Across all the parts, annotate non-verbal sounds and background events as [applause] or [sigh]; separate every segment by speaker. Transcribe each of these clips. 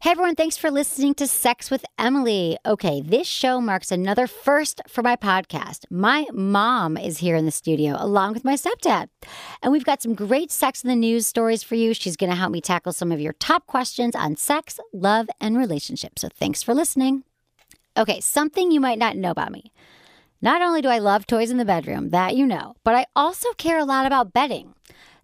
Speaker 1: Hey everyone, thanks for listening to Sex with Emily. Okay, this show marks another first for my podcast. My mom is here in the studio along with my stepdad. And we've got some great sex in the news stories for you. She's going to help me tackle some of your top questions on sex, love, and relationships. So thanks for listening. Okay, something you might not know about me. Not only do I love toys in the bedroom, that you know, but I also care a lot about bedding.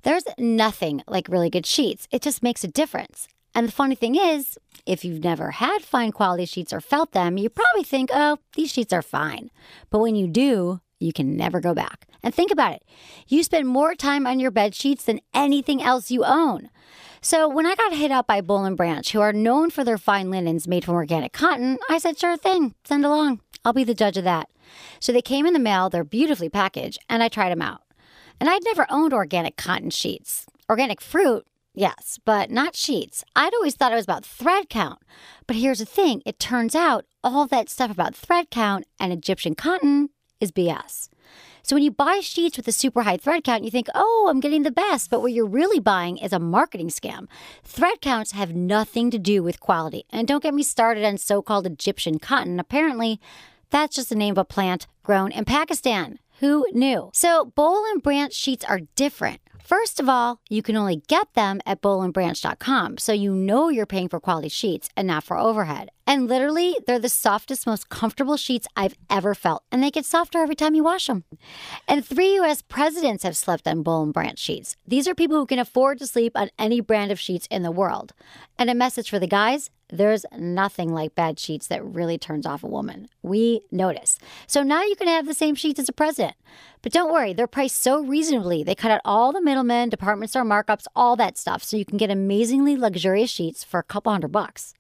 Speaker 1: There's nothing like really good sheets, it just makes a difference. And the funny thing is, if you've never had fine quality sheets or felt them, you probably think, oh, these sheets are fine. But when you do, you can never go back. And think about it you spend more time on your bed sheets than anything else you own. So when I got hit up by Bolin Branch, who are known for their fine linens made from organic cotton, I said, sure thing, send along. I'll be the judge of that. So they came in the mail, they're beautifully packaged, and I tried them out. And I'd never owned organic cotton sheets. Organic fruit, Yes, but not sheets. I'd always thought it was about thread count. But here's the thing it turns out all that stuff about thread count and Egyptian cotton is BS. So when you buy sheets with a super high thread count, you think, oh, I'm getting the best. But what you're really buying is a marketing scam. Thread counts have nothing to do with quality. And don't get me started on so called Egyptian cotton. Apparently, that's just the name of a plant grown in Pakistan. Who knew? So, bowl and branch sheets are different. First of all, you can only get them at bowlandbranch.com, so you know you're paying for quality sheets and not for overhead. And literally, they're the softest, most comfortable sheets I've ever felt, and they get softer every time you wash them. And three U.S. presidents have slept on Bowl and Branch sheets. These are people who can afford to sleep on any brand of sheets in the world. And a message for the guys there's nothing like bad sheets that really turns off a woman. We notice. So now you can have the same sheets as a president. But don't worry, they're priced so reasonably. They cut out all the middlemen, department store markups, all that stuff, so you can get amazingly luxurious sheets for a couple hundred bucks.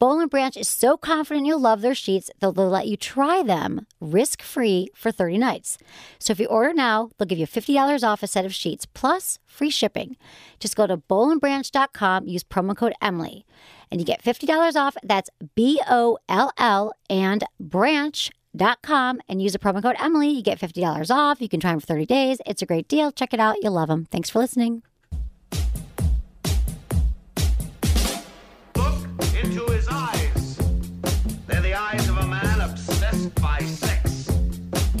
Speaker 1: Bowl Branch is so confident you'll love their sheets, they'll, they'll let you try them risk free for 30 nights. So if you order now, they'll give you $50 off a set of sheets plus free shipping. Just go to bowlandbranch.com, use promo code Emily, and you get $50 off. That's B O L L and branch.com, and use the promo code Emily. You get $50 off. You can try them for 30 days. It's a great deal. Check it out. You'll love them. Thanks for listening.
Speaker 2: Look into his eyes. They're the eyes of a man obsessed by sex.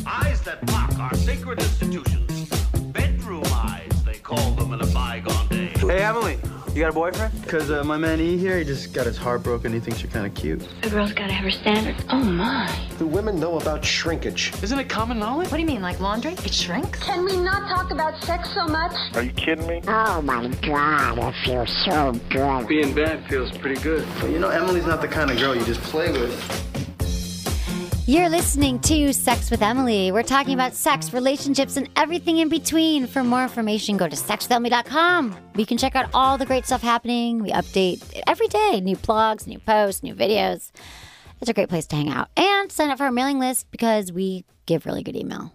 Speaker 2: Eyes that mock our sacred institutions. Bedroom eyes, they call them in a bygone day.
Speaker 3: Hey, Emily, you got a boyfriend? Because uh, my man E here, he just got his heart broken. He thinks you're kind of cute.
Speaker 4: A girl's gotta have her standards. Oh my.
Speaker 5: Do women know about shrinkage?
Speaker 6: Isn't it common knowledge?
Speaker 7: What do you mean, like laundry? It shrinks?
Speaker 8: Can we not talk about sex so much?
Speaker 9: Are you kidding me?
Speaker 10: Oh my god, it feels so good.
Speaker 3: Being bad feels pretty good. But you know, Emily's not the kind of girl you just play with.
Speaker 1: You're listening to Sex with Emily. We're talking about sex, relationships, and everything in between. For more information, go to sexwithemily.com. We can check out all the great stuff happening. We update every day new blogs, new posts, new videos. It's a great place to hang out. And sign up for our mailing list because we give really good email.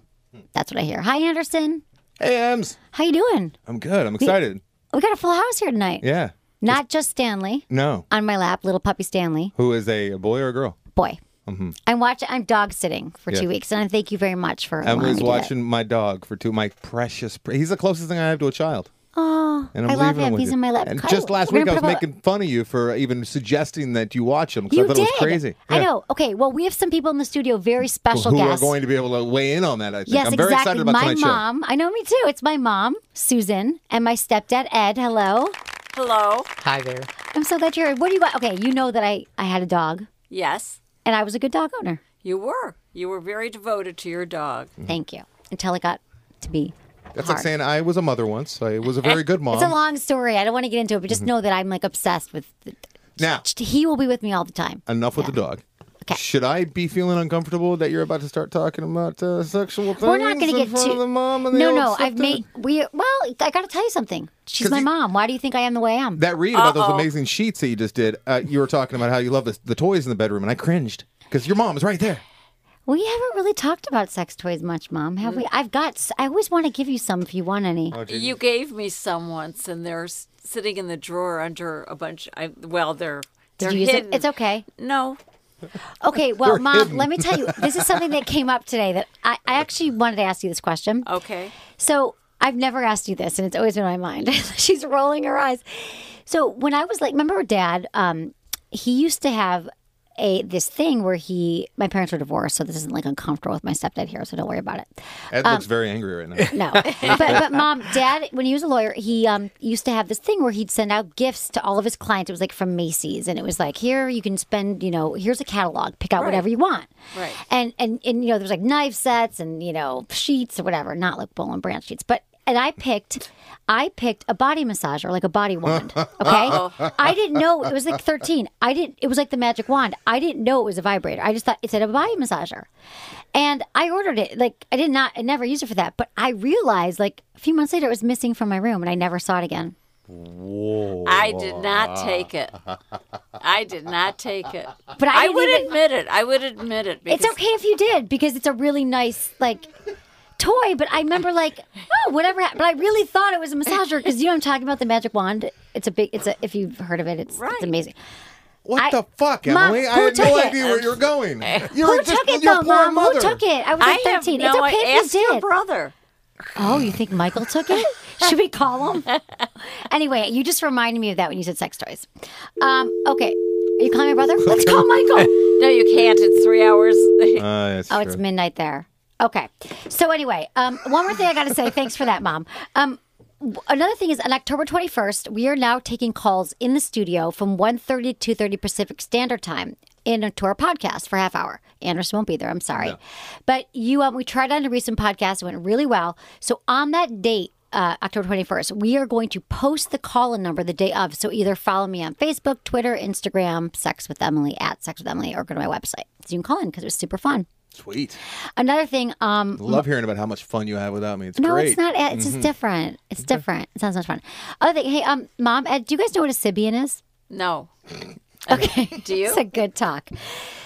Speaker 1: That's what I hear. Hi, Anderson.
Speaker 11: Hey, Ems.
Speaker 1: How you doing?
Speaker 11: I'm good. I'm excited.
Speaker 1: We got a full house here tonight.
Speaker 11: yeah.
Speaker 1: Not just Stanley
Speaker 11: No.
Speaker 1: on my lap, little puppy Stanley.
Speaker 11: Who is a, a boy or a girl?
Speaker 1: Boy.
Speaker 11: Mm-hmm.
Speaker 1: I'm watching. I'm dog sitting for two weeks, and I thank you very much for. allowing me
Speaker 11: Emily's
Speaker 1: to do
Speaker 11: watching my dog for two. My precious. Pre- he's the closest thing I have to a child.
Speaker 1: Oh,
Speaker 11: And I'm
Speaker 1: I love
Speaker 11: leaving
Speaker 1: him.
Speaker 11: with
Speaker 1: He's
Speaker 11: you.
Speaker 1: in my lap.
Speaker 11: And
Speaker 1: Kyle,
Speaker 11: just last
Speaker 1: we're
Speaker 11: week,
Speaker 1: gonna
Speaker 11: I was
Speaker 1: put up a-
Speaker 11: making fun of you for even suggesting that you watch him. 'cause
Speaker 1: You
Speaker 11: I thought
Speaker 1: did.
Speaker 11: it was crazy.
Speaker 1: I
Speaker 11: Yeah.
Speaker 1: know. Okay. Well, we have some people in the studio, very special
Speaker 11: Who
Speaker 1: guests.
Speaker 11: are going to be able to weigh in on that? I think.
Speaker 1: yes,
Speaker 11: I'm very
Speaker 1: exactly.
Speaker 11: excited about
Speaker 1: my
Speaker 11: tonight's show.
Speaker 1: mom. I know me too. It's my mom, Susan, and my stepdad, Ed. Hello.
Speaker 12: Hello.
Speaker 6: Hi there.
Speaker 1: I'm so glad you're here. What do you want? Okay, you know that I I had a dog,
Speaker 12: Yes,
Speaker 1: and I was a good dog owner.
Speaker 12: you were. You were very devoted to your dog.
Speaker 1: Thank you. Until it got to be.
Speaker 11: That's
Speaker 1: hard.
Speaker 11: like saying I was a mother once. I
Speaker 1: [laughs]
Speaker 11: was a very good mom.
Speaker 1: It's a long story. I don't want to get into it, but
Speaker 11: Mm-hmm.
Speaker 1: just know that I'm like obsessed with.
Speaker 11: now,
Speaker 1: He will be with me all the time.
Speaker 11: enough with the dog.
Speaker 1: Okay.
Speaker 11: Should I be feeling uncomfortable that you're about to start talking about uh, sexual things
Speaker 1: We're not going
Speaker 11: in
Speaker 1: to get
Speaker 11: front
Speaker 1: too.
Speaker 11: of the mom and the
Speaker 1: no,
Speaker 11: old
Speaker 1: no. I've
Speaker 11: stepdad?
Speaker 1: made we. Well, I got to tell you something. She's
Speaker 11: 'Cause
Speaker 1: my
Speaker 11: you-
Speaker 1: mom. Why do you think I am the way I am?
Speaker 11: that read about
Speaker 12: Uh-oh.
Speaker 11: those amazing sheets that you just did, uh, you were talking about how you love the, the toys in the bedroom, and I cringed because your mom is right there.
Speaker 1: we haven't really talked about sex toys much, Mom, have we? I've got. s- I always want to give you some if Oh, you want any.
Speaker 11: Oh,
Speaker 12: You gave me some once, and they're s- sitting in the drawer under a bunch. I well, they're
Speaker 1: Did
Speaker 12: they're
Speaker 1: you use
Speaker 12: hidden.
Speaker 1: it? It's okay.
Speaker 12: No,
Speaker 11: [laughs]
Speaker 1: Okay. Well, Mom,
Speaker 11: hidden.
Speaker 1: let me tell you. This is something that came up today that I, I actually wanted to ask you this question.
Speaker 12: okay.
Speaker 1: So I've never asked you this, and [laughs] it's always been in my mind. She's rolling her eyes. So when I was like, remember, Dad, um, he used to have a this thing where he my parents were divorced, so this isn't like uncomfortable with my stepdad here, so don't worry about it.
Speaker 11: Ed looks very angry right now.
Speaker 1: [laughs] No, but, but mom, dad, when he was a lawyer, he um, used to have this thing where he'd send out gifts to all of his clients. It was like from Macy's, and it was like, here you can spend, you know, here's a catalog, pick out whatever you want.
Speaker 12: Right.
Speaker 1: And and and you know, there's like knife sets and you know sheets or whatever, not like Bowl and Branch sheets, but. And I picked, I picked a body massager, like a body
Speaker 12: [laughs]
Speaker 1: wand. Okay, I didn't know it was like thirteen. I didn't. It was like the magic wand. I didn't know it was a vibrator. I just thought it said a body massager. And I ordered it. Like I did not I never used it for that, but I realized like a few months later it was missing from my room and I never saw it again.
Speaker 12: I did not take it. I did not take it.
Speaker 1: But I,
Speaker 12: I,
Speaker 1: didn't
Speaker 12: would
Speaker 1: even-
Speaker 12: admit it. I would admit it. Because
Speaker 1: It's okay if you did because it's a really nice like toy, but I remember like, oh, whatever happened. But I really thought it was a massager because you know I'm talking about the magic wand. It's a big it's a if you've heard of it, it's
Speaker 12: Right.
Speaker 1: it's amazing.
Speaker 11: What
Speaker 1: I-
Speaker 11: the fuck,
Speaker 1: Mom,
Speaker 11: Emily? I
Speaker 1: who
Speaker 11: had
Speaker 1: took
Speaker 11: no
Speaker 1: it?
Speaker 11: idea where you're going.
Speaker 1: [laughs]
Speaker 11: You're
Speaker 1: Who
Speaker 11: just
Speaker 1: took it
Speaker 11: your
Speaker 1: though,
Speaker 11: poor
Speaker 1: Mom?
Speaker 11: mother.
Speaker 1: Who took it? I was
Speaker 12: I
Speaker 1: like
Speaker 12: have
Speaker 1: 13.
Speaker 12: no
Speaker 1: it's okay
Speaker 12: ask
Speaker 1: if you
Speaker 12: your
Speaker 1: did.
Speaker 12: brother.
Speaker 1: Oh, you think Michael took it? Should we call him? anyway, you just reminded me of that when you said sex toys. Um, okay. Are you calling my brother? Let's call Michael.
Speaker 12: No, you can't. It's three hours. [laughs]
Speaker 11: Uh, that's
Speaker 1: Oh, it's
Speaker 11: true.
Speaker 1: midnight there. Okay. So anyway, um, one more thing I got to say. Thanks for that, Mom. Um, w- another thing is on October 21st, we are now taking calls in the studio from 1.30 to 2.30 Pacific Standard Time in to our podcast for half hour. Anderson won't be there. I'm sorry. But you, um, we tried on a recent podcast. It went really well. So on that date, uh, October 21st, we are going to post the call in number the day of. So either follow me on Facebook, Twitter, Instagram, Sex with Emily, at Sex with Emily, or go to my website. So you can call in because it was super fun.
Speaker 11: Sweet.
Speaker 1: Another thing, um,
Speaker 11: Love hearing about how much fun you have without me. It's
Speaker 1: no,
Speaker 11: great.
Speaker 1: it's not. Ed. It's just different. It's different. It sounds much fun. Other thing, hey, um, mom, Ed, do you guys know what a Sibian is?
Speaker 12: No.
Speaker 1: Okay, [laughs]
Speaker 12: Do you?
Speaker 1: it's a good talk.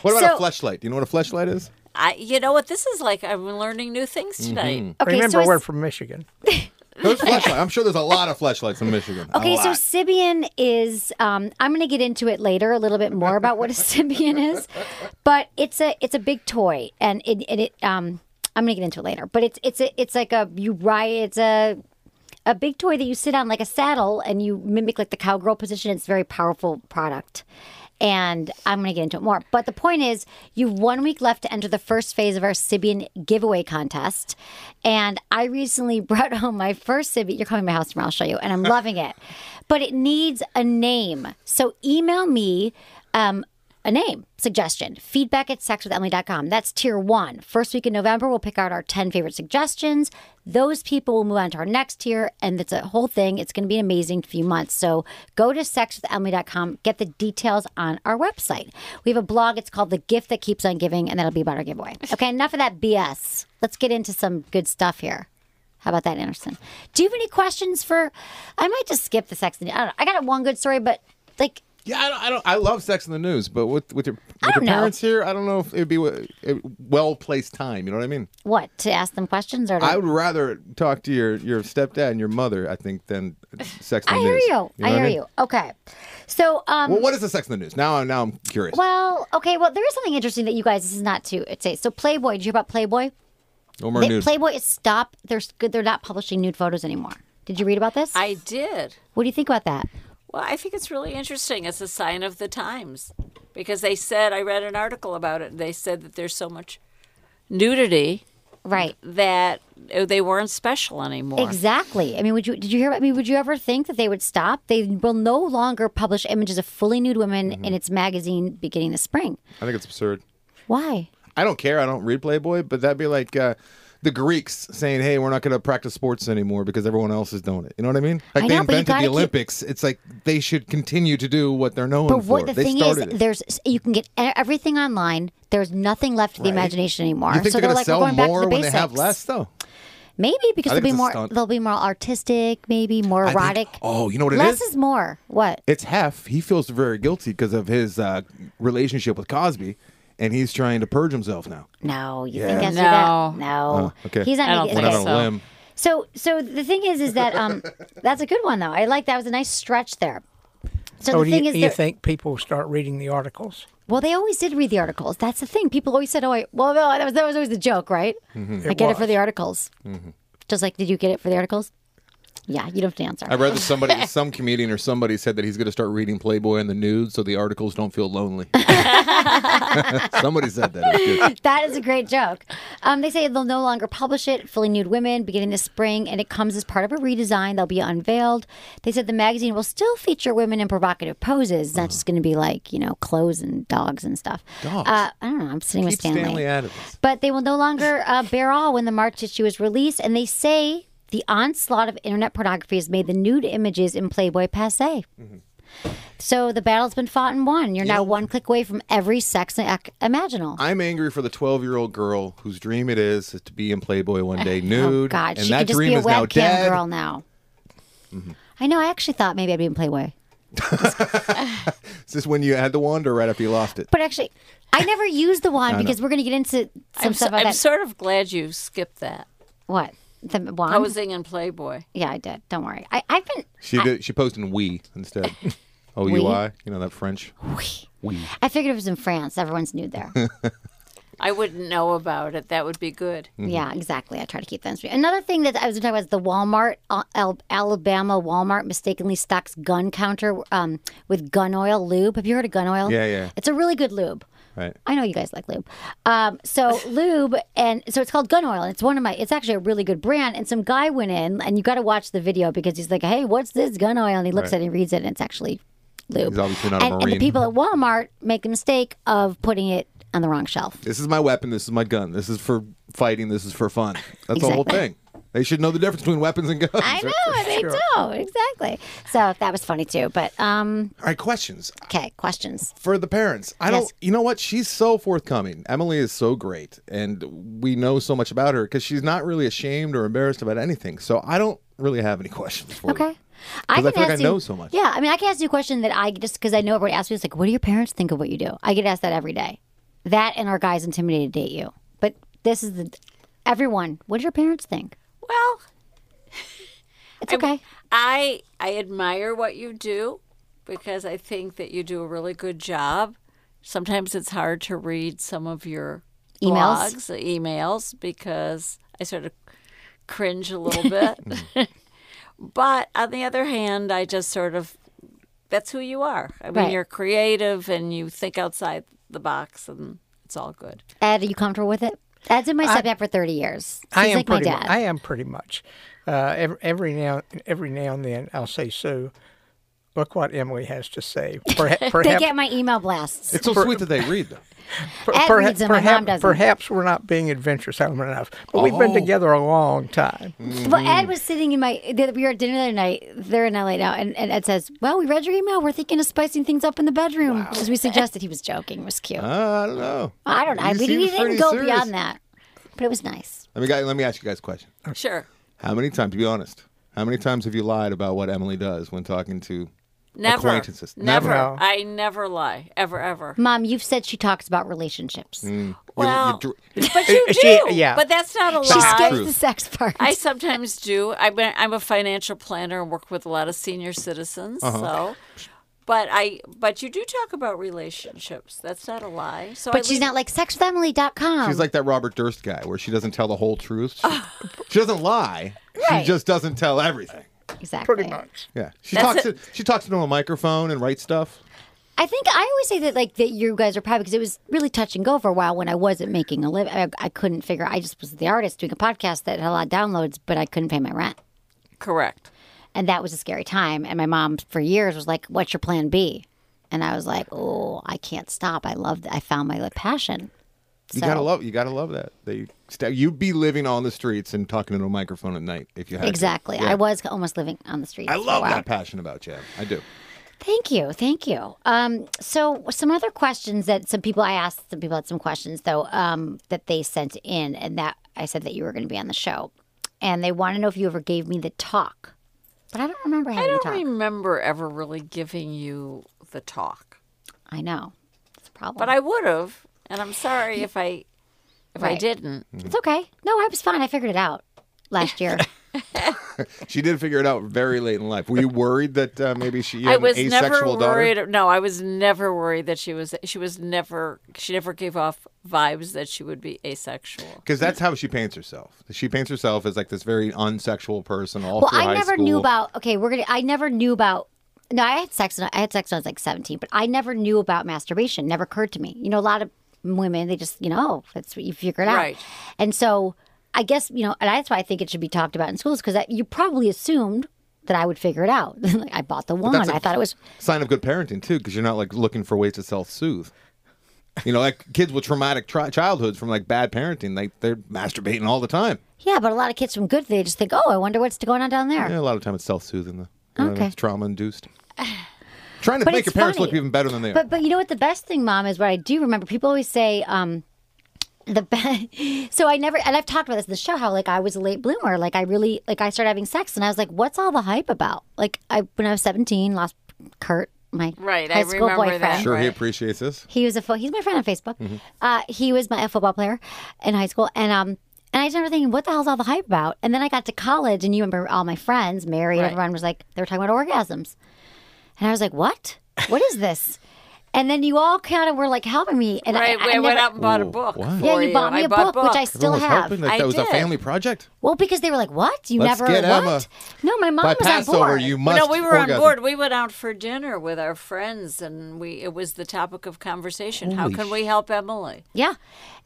Speaker 11: What about
Speaker 1: So-
Speaker 11: a fleshlight? Do you know what a fleshlight is?
Speaker 12: I, you know what this is like? I'm learning new things tonight.
Speaker 1: Okay,
Speaker 6: Remember,
Speaker 1: so
Speaker 6: we're
Speaker 1: a-
Speaker 6: from Michigan.
Speaker 1: [laughs]
Speaker 11: There's fleshlight. I'm sure there's a lot of fleshlights in Michigan. A
Speaker 1: Okay, so
Speaker 11: lot.
Speaker 1: Sibian is. Um, I'm going to get into it later a little bit more about what a [laughs] Sibian is, but it's a it's a big toy, and it and it. Um, I'm going to get into it later, but it's it's a, it's like a you ride it's a a big toy that you sit on like a saddle and you mimic like the cowgirl position. It's a very powerful product. And I'm going to get into it more. But the point is, you have one week left to enter the first phase of our Sibian giveaway contest. And I recently [laughs] brought home my first Sibian. You're coming to my house tomorrow, I'll show you. And I'm loving it. But it needs a name. So email me um, a name suggestion feedback at sexwithemily.com that's tier one first week in november we'll pick out our 10 favorite suggestions those people will move on to our next tier and it's a whole thing it's going to be an amazing few months so go to sexwithemily.com get the details on our website we have a blog it's called the gift that keeps on giving and that'll be about our giveaway okay enough of that bs let's get into some good stuff here how about that anderson do you have any questions for i might just skip the sex and i don't know i got one good story but like
Speaker 11: Yeah, I don't, I don't. I love Sex in the News, but with with your with
Speaker 1: don't
Speaker 11: your
Speaker 1: know.
Speaker 11: parents here, I don't know if it'd be a well placed time. You know what I mean?
Speaker 1: what to ask them questions or to-
Speaker 11: I would rather talk to your your stepdad and your mother, I think, than Sex in
Speaker 1: I
Speaker 11: the
Speaker 1: hear
Speaker 11: News.
Speaker 1: you.
Speaker 11: know
Speaker 1: I
Speaker 11: what
Speaker 1: hear
Speaker 11: mean?
Speaker 1: you. Okay. So, um,
Speaker 11: Well,
Speaker 1: well,
Speaker 11: what is the Sex in the News? Now, I'm now I'm curious.
Speaker 1: okay. Well, there is something interesting that you guys, this is not too, it's a, so Playboy, did you hear about Playboy?
Speaker 11: no more
Speaker 1: They-
Speaker 11: news.
Speaker 1: Playboy is stopped. They're s- good. They're not publishing nude photos anymore. Did you read about this?
Speaker 12: I did.
Speaker 1: what do you think about that?
Speaker 12: Well, I think it's really interesting. It's a sign of the times because they said, I read an article about it, and they said that there's so much nudity
Speaker 1: Right.
Speaker 12: that oh, they weren't special anymore.
Speaker 1: Exactly. I mean, would you, did you hear about, I mean, would you ever think that they would stop? They will no longer publish images of fully nude women
Speaker 11: Mm-hmm.
Speaker 1: in its magazine beginning this spring.
Speaker 11: I think it's absurd.
Speaker 1: Why?
Speaker 11: I don't care. I don't read Playboy, but that'd be like uh, the Greeks saying, "Hey, we're not going to practice sports anymore because everyone else is doing it." You know what I mean? Like
Speaker 1: I
Speaker 11: they
Speaker 1: know, but you
Speaker 11: invented
Speaker 1: gotta
Speaker 11: the
Speaker 1: keep-
Speaker 11: Olympics. It's like they should continue to do what they're known
Speaker 1: But
Speaker 11: for.
Speaker 1: what the
Speaker 11: they
Speaker 1: thing is,
Speaker 11: started it.
Speaker 1: there's you can get e- everything online. There's nothing left to the imagination anymore.
Speaker 11: You think
Speaker 1: so
Speaker 11: they're going to
Speaker 1: like,
Speaker 11: sell
Speaker 1: we're going back to
Speaker 11: more
Speaker 1: the
Speaker 11: when
Speaker 1: basics.
Speaker 11: they have less, though?
Speaker 1: Maybe because
Speaker 11: I
Speaker 1: they'll
Speaker 11: think
Speaker 1: be
Speaker 11: it's a
Speaker 1: more
Speaker 11: stunt.
Speaker 1: they'll be more artistic, maybe more
Speaker 11: I think-
Speaker 1: erotic.
Speaker 11: oh, you know what it
Speaker 1: Less
Speaker 11: is?
Speaker 1: is more. What?
Speaker 11: It's Hef. He feels very guilty because of his uh, relationship with Cosby, and he's trying to purge himself now.
Speaker 1: No, you
Speaker 11: Yeah.
Speaker 1: think that's
Speaker 12: No.
Speaker 1: that? No.
Speaker 11: Oh, okay.
Speaker 1: He's not
Speaker 12: I
Speaker 1: gonna
Speaker 12: don't
Speaker 1: get-
Speaker 12: think
Speaker 11: Went
Speaker 1: okay.
Speaker 11: out
Speaker 12: so.
Speaker 11: on a limb.
Speaker 1: So so the thing is is that
Speaker 11: [laughs]
Speaker 1: um that's a good one though. I like that was a nice stretch there. So
Speaker 6: oh,
Speaker 1: the
Speaker 6: do
Speaker 1: thing
Speaker 6: you,
Speaker 1: is
Speaker 6: do you
Speaker 1: there-
Speaker 6: think people start reading the articles?
Speaker 1: well they always did read the articles. That's the thing. People always said, "Oh, I, well no, that was
Speaker 11: Mm-hmm.
Speaker 1: that was always the joke, right? I get it for
Speaker 6: was.
Speaker 1: the articles." Just like did you get it for the articles? Yeah, you don't have to answer.
Speaker 11: I read
Speaker 1: [laughs]
Speaker 11: that somebody, some comedian or somebody said that he's going to start reading Playboy in the nude so the articles don't
Speaker 1: [laughs]
Speaker 11: feel lonely. [laughs] somebody said that. It was good.
Speaker 1: That is a great joke. Um, they say they'll no longer publish it, Fully Nude Women, beginning this spring, and it comes as part of a redesign. They'll be unveiled. They said the magazine will still feature women in provocative poses. It's not just going to be like, you know, clothes and dogs and stuff.
Speaker 11: Dogs?
Speaker 1: Uh, I don't know. I'm sitting with
Speaker 11: Keep Stanley out of this.
Speaker 1: but they will no longer uh, bear all when the March issue is released, and they say the onslaught of internet pornography has made the nude images in Playboy passe.
Speaker 11: Mm-hmm.
Speaker 1: So the battle's been fought and won. You're now one click away from every sex ac- imaginal.
Speaker 11: I'm angry for the 12 year old girl whose dream it is to be in Playboy one day
Speaker 1: oh
Speaker 11: nude.
Speaker 1: God,
Speaker 11: and
Speaker 1: she
Speaker 11: that
Speaker 1: could just
Speaker 11: dream
Speaker 1: be a
Speaker 11: is now
Speaker 1: webcam
Speaker 11: dead. Mm-hmm.
Speaker 1: girl now. I know. I actually thought maybe I'd be in Playboy,
Speaker 11: Is this when you had the wand or right after you lost it?
Speaker 1: but actually, I
Speaker 11: [laughs]
Speaker 1: never used the wand because we're going to get into some
Speaker 12: I'm, so-
Speaker 1: stuff about
Speaker 12: I'm
Speaker 1: that.
Speaker 12: sort of glad you skipped that.
Speaker 1: what the wand?
Speaker 12: Posing in Playboy.
Speaker 1: yeah, I did. Don't worry. I, I've been.
Speaker 11: She did, she posted in we
Speaker 1: [laughs]
Speaker 11: instead. O U I, you know that French.
Speaker 1: I figured it was in France. Everyone's nude
Speaker 11: [laughs]
Speaker 1: there.
Speaker 12: I wouldn't know about it. That would be good.
Speaker 1: Yeah, exactly. I try to keep them straight. Another thing that I was talking about is the Walmart, Al- Al- Alabama Walmart mistakenly stocks gun counter um, with gun oil lube. Have you heard of gun oil?
Speaker 11: Yeah, yeah.
Speaker 1: It's a really good lube.
Speaker 11: Right.
Speaker 1: I know you guys like lube. Um,
Speaker 11: [laughs]
Speaker 1: so lube, and so it's called gun oil. And it's one of my. It's actually a really good brand. And some guy went in, and you got to watch the video because he's like, "Hey, what's this gun oil?" And he looks
Speaker 11: Right.
Speaker 1: at it, and reads it, and it's actually lube.
Speaker 11: He's obviously not a
Speaker 1: and, and the
Speaker 11: Marine.
Speaker 1: people at Walmart make the mistake of putting it on the wrong shelf.
Speaker 11: This is my weapon. This is my gun. This is for fighting. This is for fun. That's the whole thing. They should know the difference between weapons and guns.
Speaker 1: I
Speaker 11: right?
Speaker 1: know, and they don't. Exactly. So that was funny too. But um
Speaker 11: All right, questions
Speaker 1: okay, questions.
Speaker 11: for the parents. I
Speaker 1: Yes.
Speaker 11: don't. You know what? She's so forthcoming. Emily is so great, and we know so much about her because she's not really ashamed or embarrassed about anything. So I don't really have any [laughs] questions for
Speaker 1: Okay.
Speaker 11: you. I feel like I
Speaker 1: ask
Speaker 11: know
Speaker 1: you,
Speaker 11: so much.
Speaker 1: Yeah, I mean, I can ask you a question that I just because I know everybody asks me. It's like, what do your parents think of what you do? I get asked that every day. That and our guys intimidated to date you. But this is the everyone. What do your parents think?
Speaker 12: Well,
Speaker 1: It's okay.
Speaker 12: I I admire what you do because I think that you do a really good job. Sometimes it's hard to read some of your
Speaker 1: Emails?
Speaker 12: blogs, emails because I sort of cringe a little bit. but on the other hand, I just sort of that's who you are. I mean,
Speaker 1: Right.
Speaker 12: you're creative and you think outside the box and it's all good.
Speaker 1: Ed, are you comfortable with it? Ed's been my stepdad for thirty years. He's
Speaker 6: I am
Speaker 1: like my
Speaker 6: pretty. mu-
Speaker 1: dad.
Speaker 6: I am pretty much. Uh, every, every now, every now and then, I'll say, "So, look what Emily has to
Speaker 1: [laughs]
Speaker 6: say." Perha-
Speaker 1: they
Speaker 6: perhaps, [laughs]
Speaker 1: get my email blasts.
Speaker 11: It's so sweet that they read though.
Speaker 6: per-
Speaker 1: Ed
Speaker 6: perha-
Speaker 1: reads them, my mom
Speaker 6: perhaps-
Speaker 1: doesn't.
Speaker 6: perhaps we're not being adventurous enough, but we've been
Speaker 11: Oh.
Speaker 6: together a long time.
Speaker 1: Well, Ed was sitting in my. the- We were at dinner the other night. They're in LA now, and, and Ed says, "Well, we read your email. We're thinking of spicing things up in the bedroom, as we suggested." He was joking. It was cute.
Speaker 11: Uh, I don't know.
Speaker 1: I don't know. I we
Speaker 11: You seem
Speaker 1: didn't, we
Speaker 11: pretty
Speaker 1: didn't go
Speaker 11: serious.
Speaker 1: beyond that, but it was nice.
Speaker 11: Let me guys, let me ask you guys a question.
Speaker 12: Sure.
Speaker 11: How many times? To be honest, how many times have you lied about what Emily does when talking to
Speaker 12: Never.
Speaker 11: acquaintances?
Speaker 12: Never.
Speaker 6: Never.
Speaker 12: I never lie. Ever, ever.
Speaker 1: Mom, you've said she talks about relationships.
Speaker 11: You- you
Speaker 12: Well,
Speaker 11: dr-
Speaker 12: But you do.
Speaker 6: She- yeah.
Speaker 12: But that's not a
Speaker 1: She
Speaker 11: That's
Speaker 12: lie.
Speaker 1: skips
Speaker 11: true.
Speaker 1: the sex part.
Speaker 12: I sometimes do. I'm a, I'm a financial planner and work with a lot of senior citizens.
Speaker 1: Uh-huh.
Speaker 12: So, but I but you do talk about relationships. That's not a lie. So, I
Speaker 1: but she's
Speaker 12: leave-
Speaker 1: not like sexwithemily.com.
Speaker 11: She's like that Robert Durst guy where she doesn't tell the whole truth.
Speaker 1: [laughs]
Speaker 11: She, she doesn't lie.
Speaker 1: Right.
Speaker 11: She just doesn't tell everything.
Speaker 1: exactly.
Speaker 6: Pretty much.
Speaker 11: Yeah. She
Speaker 12: That's
Speaker 11: talks
Speaker 12: it.
Speaker 11: to, she talks into a microphone and writes stuff.
Speaker 1: I think I always say that like that you guys are private because it was really touch and go for a while when I wasn't making a living. I, I couldn't figure. I just was the artist doing a podcast that had a lot of downloads, but I couldn't pay my rent.
Speaker 12: correct.
Speaker 1: And that was a scary time. And my mom, for years, was like, "What's your plan B?" And I was like, "Oh, I can't stop. I love. I found my like, passion."
Speaker 11: You
Speaker 1: So-
Speaker 11: gotta love you gotta love that. They st- you'd be living on the streets and talking into a microphone at night if you had to.
Speaker 1: Exactly.
Speaker 11: Yeah.
Speaker 1: I was almost living on the street.
Speaker 11: I love that passion about you. I do.
Speaker 1: Thank you, thank you. Um, so, some other questions that some people I asked some people had some questions though um, that they sent in, and that I said that you were going to be on the show, and they want to know if you ever gave me the talk, but I don't remember having
Speaker 12: I
Speaker 1: the
Speaker 12: don't
Speaker 1: talk.
Speaker 12: remember ever really giving you the talk,
Speaker 1: I know it's a problem,
Speaker 12: but I would have. And I'm sorry if I if I
Speaker 1: Right.
Speaker 12: didn't.
Speaker 11: [laughs]
Speaker 1: it's okay. No, I was fine. I figured it out last year.
Speaker 11: she did figure it out very late in life. Were you worried that uh, maybe she had
Speaker 12: I was
Speaker 11: an
Speaker 12: never
Speaker 11: asexual daughter?
Speaker 12: worried. No, I was never worried that she was. She was never. She never gave off vibes that she would be asexual.
Speaker 11: Because that's how she paints herself. She paints herself as like this very unsexual person. All
Speaker 1: well,
Speaker 11: through
Speaker 1: I
Speaker 11: high
Speaker 1: never knew
Speaker 11: school.
Speaker 1: about. Okay, we're gonna. I never knew about. No, I had sex. When, I had sex when I was like seventeen, but I never knew about masturbation. Never occurred to me. You know, a lot of women they just you know that's what you figure it out.
Speaker 12: Right.
Speaker 1: And so I guess you know, and that's why I think it should be talked about in schools because you probably assumed that I would figure it out. [laughs] Like, I bought the wand.
Speaker 11: a-
Speaker 1: I thought it was
Speaker 11: sign of good parenting too, because you're not like looking for ways to self-soothe. You know, like kids with traumatic tri- childhoods from like bad parenting, like they're masturbating all the time.
Speaker 1: yeah, but a lot of kids from good they just think, oh, I wonder what's going on down there.
Speaker 11: Yeah, a lot of time it's self-soothing though. You know,
Speaker 1: Okay.
Speaker 11: it's trauma-induced. Trying to
Speaker 1: But
Speaker 11: make your
Speaker 1: it's
Speaker 11: parents look
Speaker 1: funny.
Speaker 11: even better than they are.
Speaker 1: But but you know what the best thing, mom, is what I do remember. People always say um, the be- [laughs] so I never and I've talked about this in the show how like I was a late bloomer. Like I really like I started having sex and I was like, what's all the hype about? Like I when I was seventeen, lost Kurt, my
Speaker 12: Right, I
Speaker 1: high school
Speaker 12: remember
Speaker 1: boyfriend.
Speaker 12: that.
Speaker 11: Sure, he
Speaker 12: Right.
Speaker 11: appreciates this.
Speaker 1: He was a fo- he's my friend on Facebook. Uh, he was my a football player in high school, and um, and I just remember thinking, what the hell's all the hype about? And then I got to college, and you remember all my friends, Mary, and
Speaker 12: Right.
Speaker 1: everyone was like, they were talking about orgasms, and I was like, what? What is this? and then you all kind of were like helping me, and
Speaker 12: right.
Speaker 1: I,
Speaker 12: we
Speaker 1: I
Speaker 12: went
Speaker 1: never-
Speaker 12: out and bought a
Speaker 11: Ooh,
Speaker 12: book.
Speaker 11: wow.
Speaker 1: Yeah,
Speaker 12: for
Speaker 1: you bought me
Speaker 12: I
Speaker 1: a
Speaker 12: bought
Speaker 1: book, which I
Speaker 12: books.
Speaker 1: still
Speaker 11: Everyone was
Speaker 1: have.
Speaker 11: hoping that
Speaker 12: I
Speaker 11: that was a
Speaker 12: did.
Speaker 11: family project.
Speaker 1: well, because they were like, "What? You
Speaker 11: Let's
Speaker 1: never
Speaker 11: get
Speaker 1: what?"
Speaker 11: Emma.
Speaker 1: No, my mom
Speaker 11: By
Speaker 1: was on
Speaker 11: Passover,
Speaker 1: board.
Speaker 11: you must.
Speaker 12: No, we were on
Speaker 11: orgasm.
Speaker 12: board. We went out for dinner with our friends, and we it was the topic of conversation. How
Speaker 11: Holy
Speaker 12: can we help Emily?
Speaker 1: Yeah.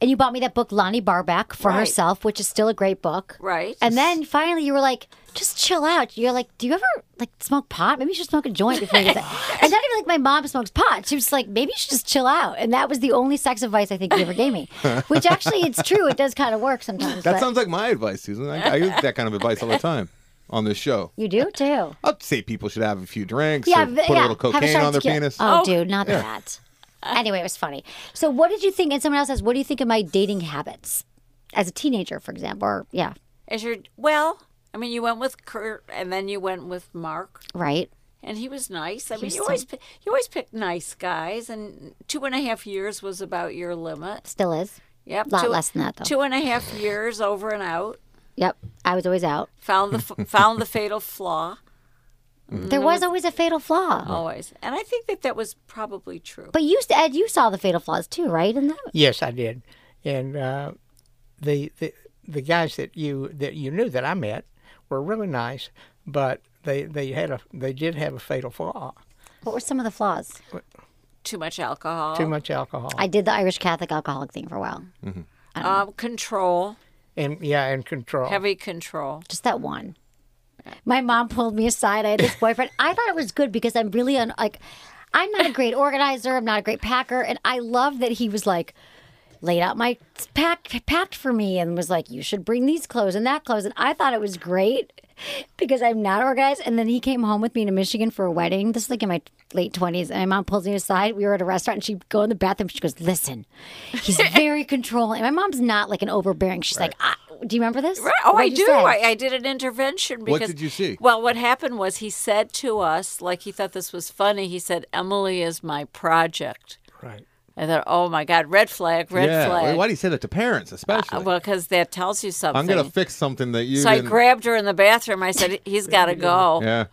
Speaker 1: And you bought me that book, Lonnie Barback, for
Speaker 12: Right.
Speaker 1: herself, which is still a great book.
Speaker 12: Right.
Speaker 1: And then finally you were like, just chill out. You're like, do you ever like smoke pot? Maybe you should smoke a joint before you
Speaker 11: [laughs]
Speaker 1: get that. and not even like my mom smokes pot. She was just like, maybe you should just chill out. And that was the only sex advice I think you ever gave me, which actually it's true. It does kind of work sometimes.
Speaker 11: That
Speaker 1: but
Speaker 11: sounds like my advice, Susan. I, I give that
Speaker 1: [laughs]
Speaker 11: kind of advice all the time on this show.
Speaker 1: you do too.
Speaker 11: I'll say people should have a few drinks.
Speaker 1: Yeah,
Speaker 11: or
Speaker 1: but-
Speaker 11: put
Speaker 1: yeah.
Speaker 11: a little
Speaker 1: Have
Speaker 11: cocaine
Speaker 1: shot
Speaker 11: on
Speaker 1: of
Speaker 11: their
Speaker 1: tequila.
Speaker 11: penis.
Speaker 1: Oh, dude, not that. Anyway, it was funny. So, what did you think? And someone else says, "What do you think of my dating habits as a teenager, for example?" Or yeah,
Speaker 12: As your well, I mean, you went with Kurt, and then you went with Mark,
Speaker 1: right.
Speaker 12: and he was nice. I mean,
Speaker 1: was
Speaker 12: you
Speaker 1: so-
Speaker 12: always pi- you always pick nice guys, and two and a half years was about your limit.
Speaker 1: Still is.
Speaker 12: Yep,
Speaker 1: Lot
Speaker 12: two-
Speaker 1: less than that, though.
Speaker 12: Two and a half years over and out.
Speaker 1: Yep. I was always out.
Speaker 12: Found the
Speaker 11: [laughs]
Speaker 12: f- found the fatal flaw
Speaker 11: Mm.
Speaker 1: There was always a fatal flaw.
Speaker 12: always, and I think that that was probably true.
Speaker 1: But you, Ed, you saw the fatal flaws too, right? In that?
Speaker 6: Yes, I did. And uh, the, the the guys that you that you knew that I met were really nice, but they, they had a they did have a fatal flaw:
Speaker 1: What were some of the flaws?
Speaker 12: Too much alcohol.
Speaker 6: too much alcohol.
Speaker 1: I did the Irish Catholic alcoholic thing for a while.
Speaker 12: Um, control.
Speaker 6: and yeah, and
Speaker 11: Oh.
Speaker 6: control.
Speaker 12: Heavy control.
Speaker 1: Just that one. My mom pulled me aside. I had this boyfriend. I thought it was good because I'm really un- like, I'm not a great organizer. I'm not a great packer, and I love that he was like, laid out my pack packed for me and was like, you should bring these clothes and that clothes, and I thought it was great because I'm not organized. And then he came home with me to Michigan for a wedding. This is like in my late twenties, and my mom pulls me aside. We were at a restaurant, and she'd go in the bathroom. She goes, "Listen,
Speaker 12: [laughs]
Speaker 1: he's very controlling." And my mom's not like an overbearing. She's like, I, "Do you remember this?"
Speaker 12: Right. Oh, I
Speaker 1: What'd you
Speaker 12: do.
Speaker 1: say?
Speaker 12: I, I did an intervention because.
Speaker 11: What did you see?
Speaker 12: Well, what happened was he said to us, like he thought this was funny. He said, "Emily is my project."
Speaker 6: right.
Speaker 12: I thought, "Oh my God, red flag, red
Speaker 11: yeah.
Speaker 12: flag." Uh,
Speaker 11: Why do you say that to parents, especially?
Speaker 12: well, because that tells you something.
Speaker 11: I'm gonna fix something that you.
Speaker 12: so I
Speaker 11: didn't-
Speaker 12: grabbed her in the bathroom. I said, "He's got to go."
Speaker 11: [laughs] Yeah.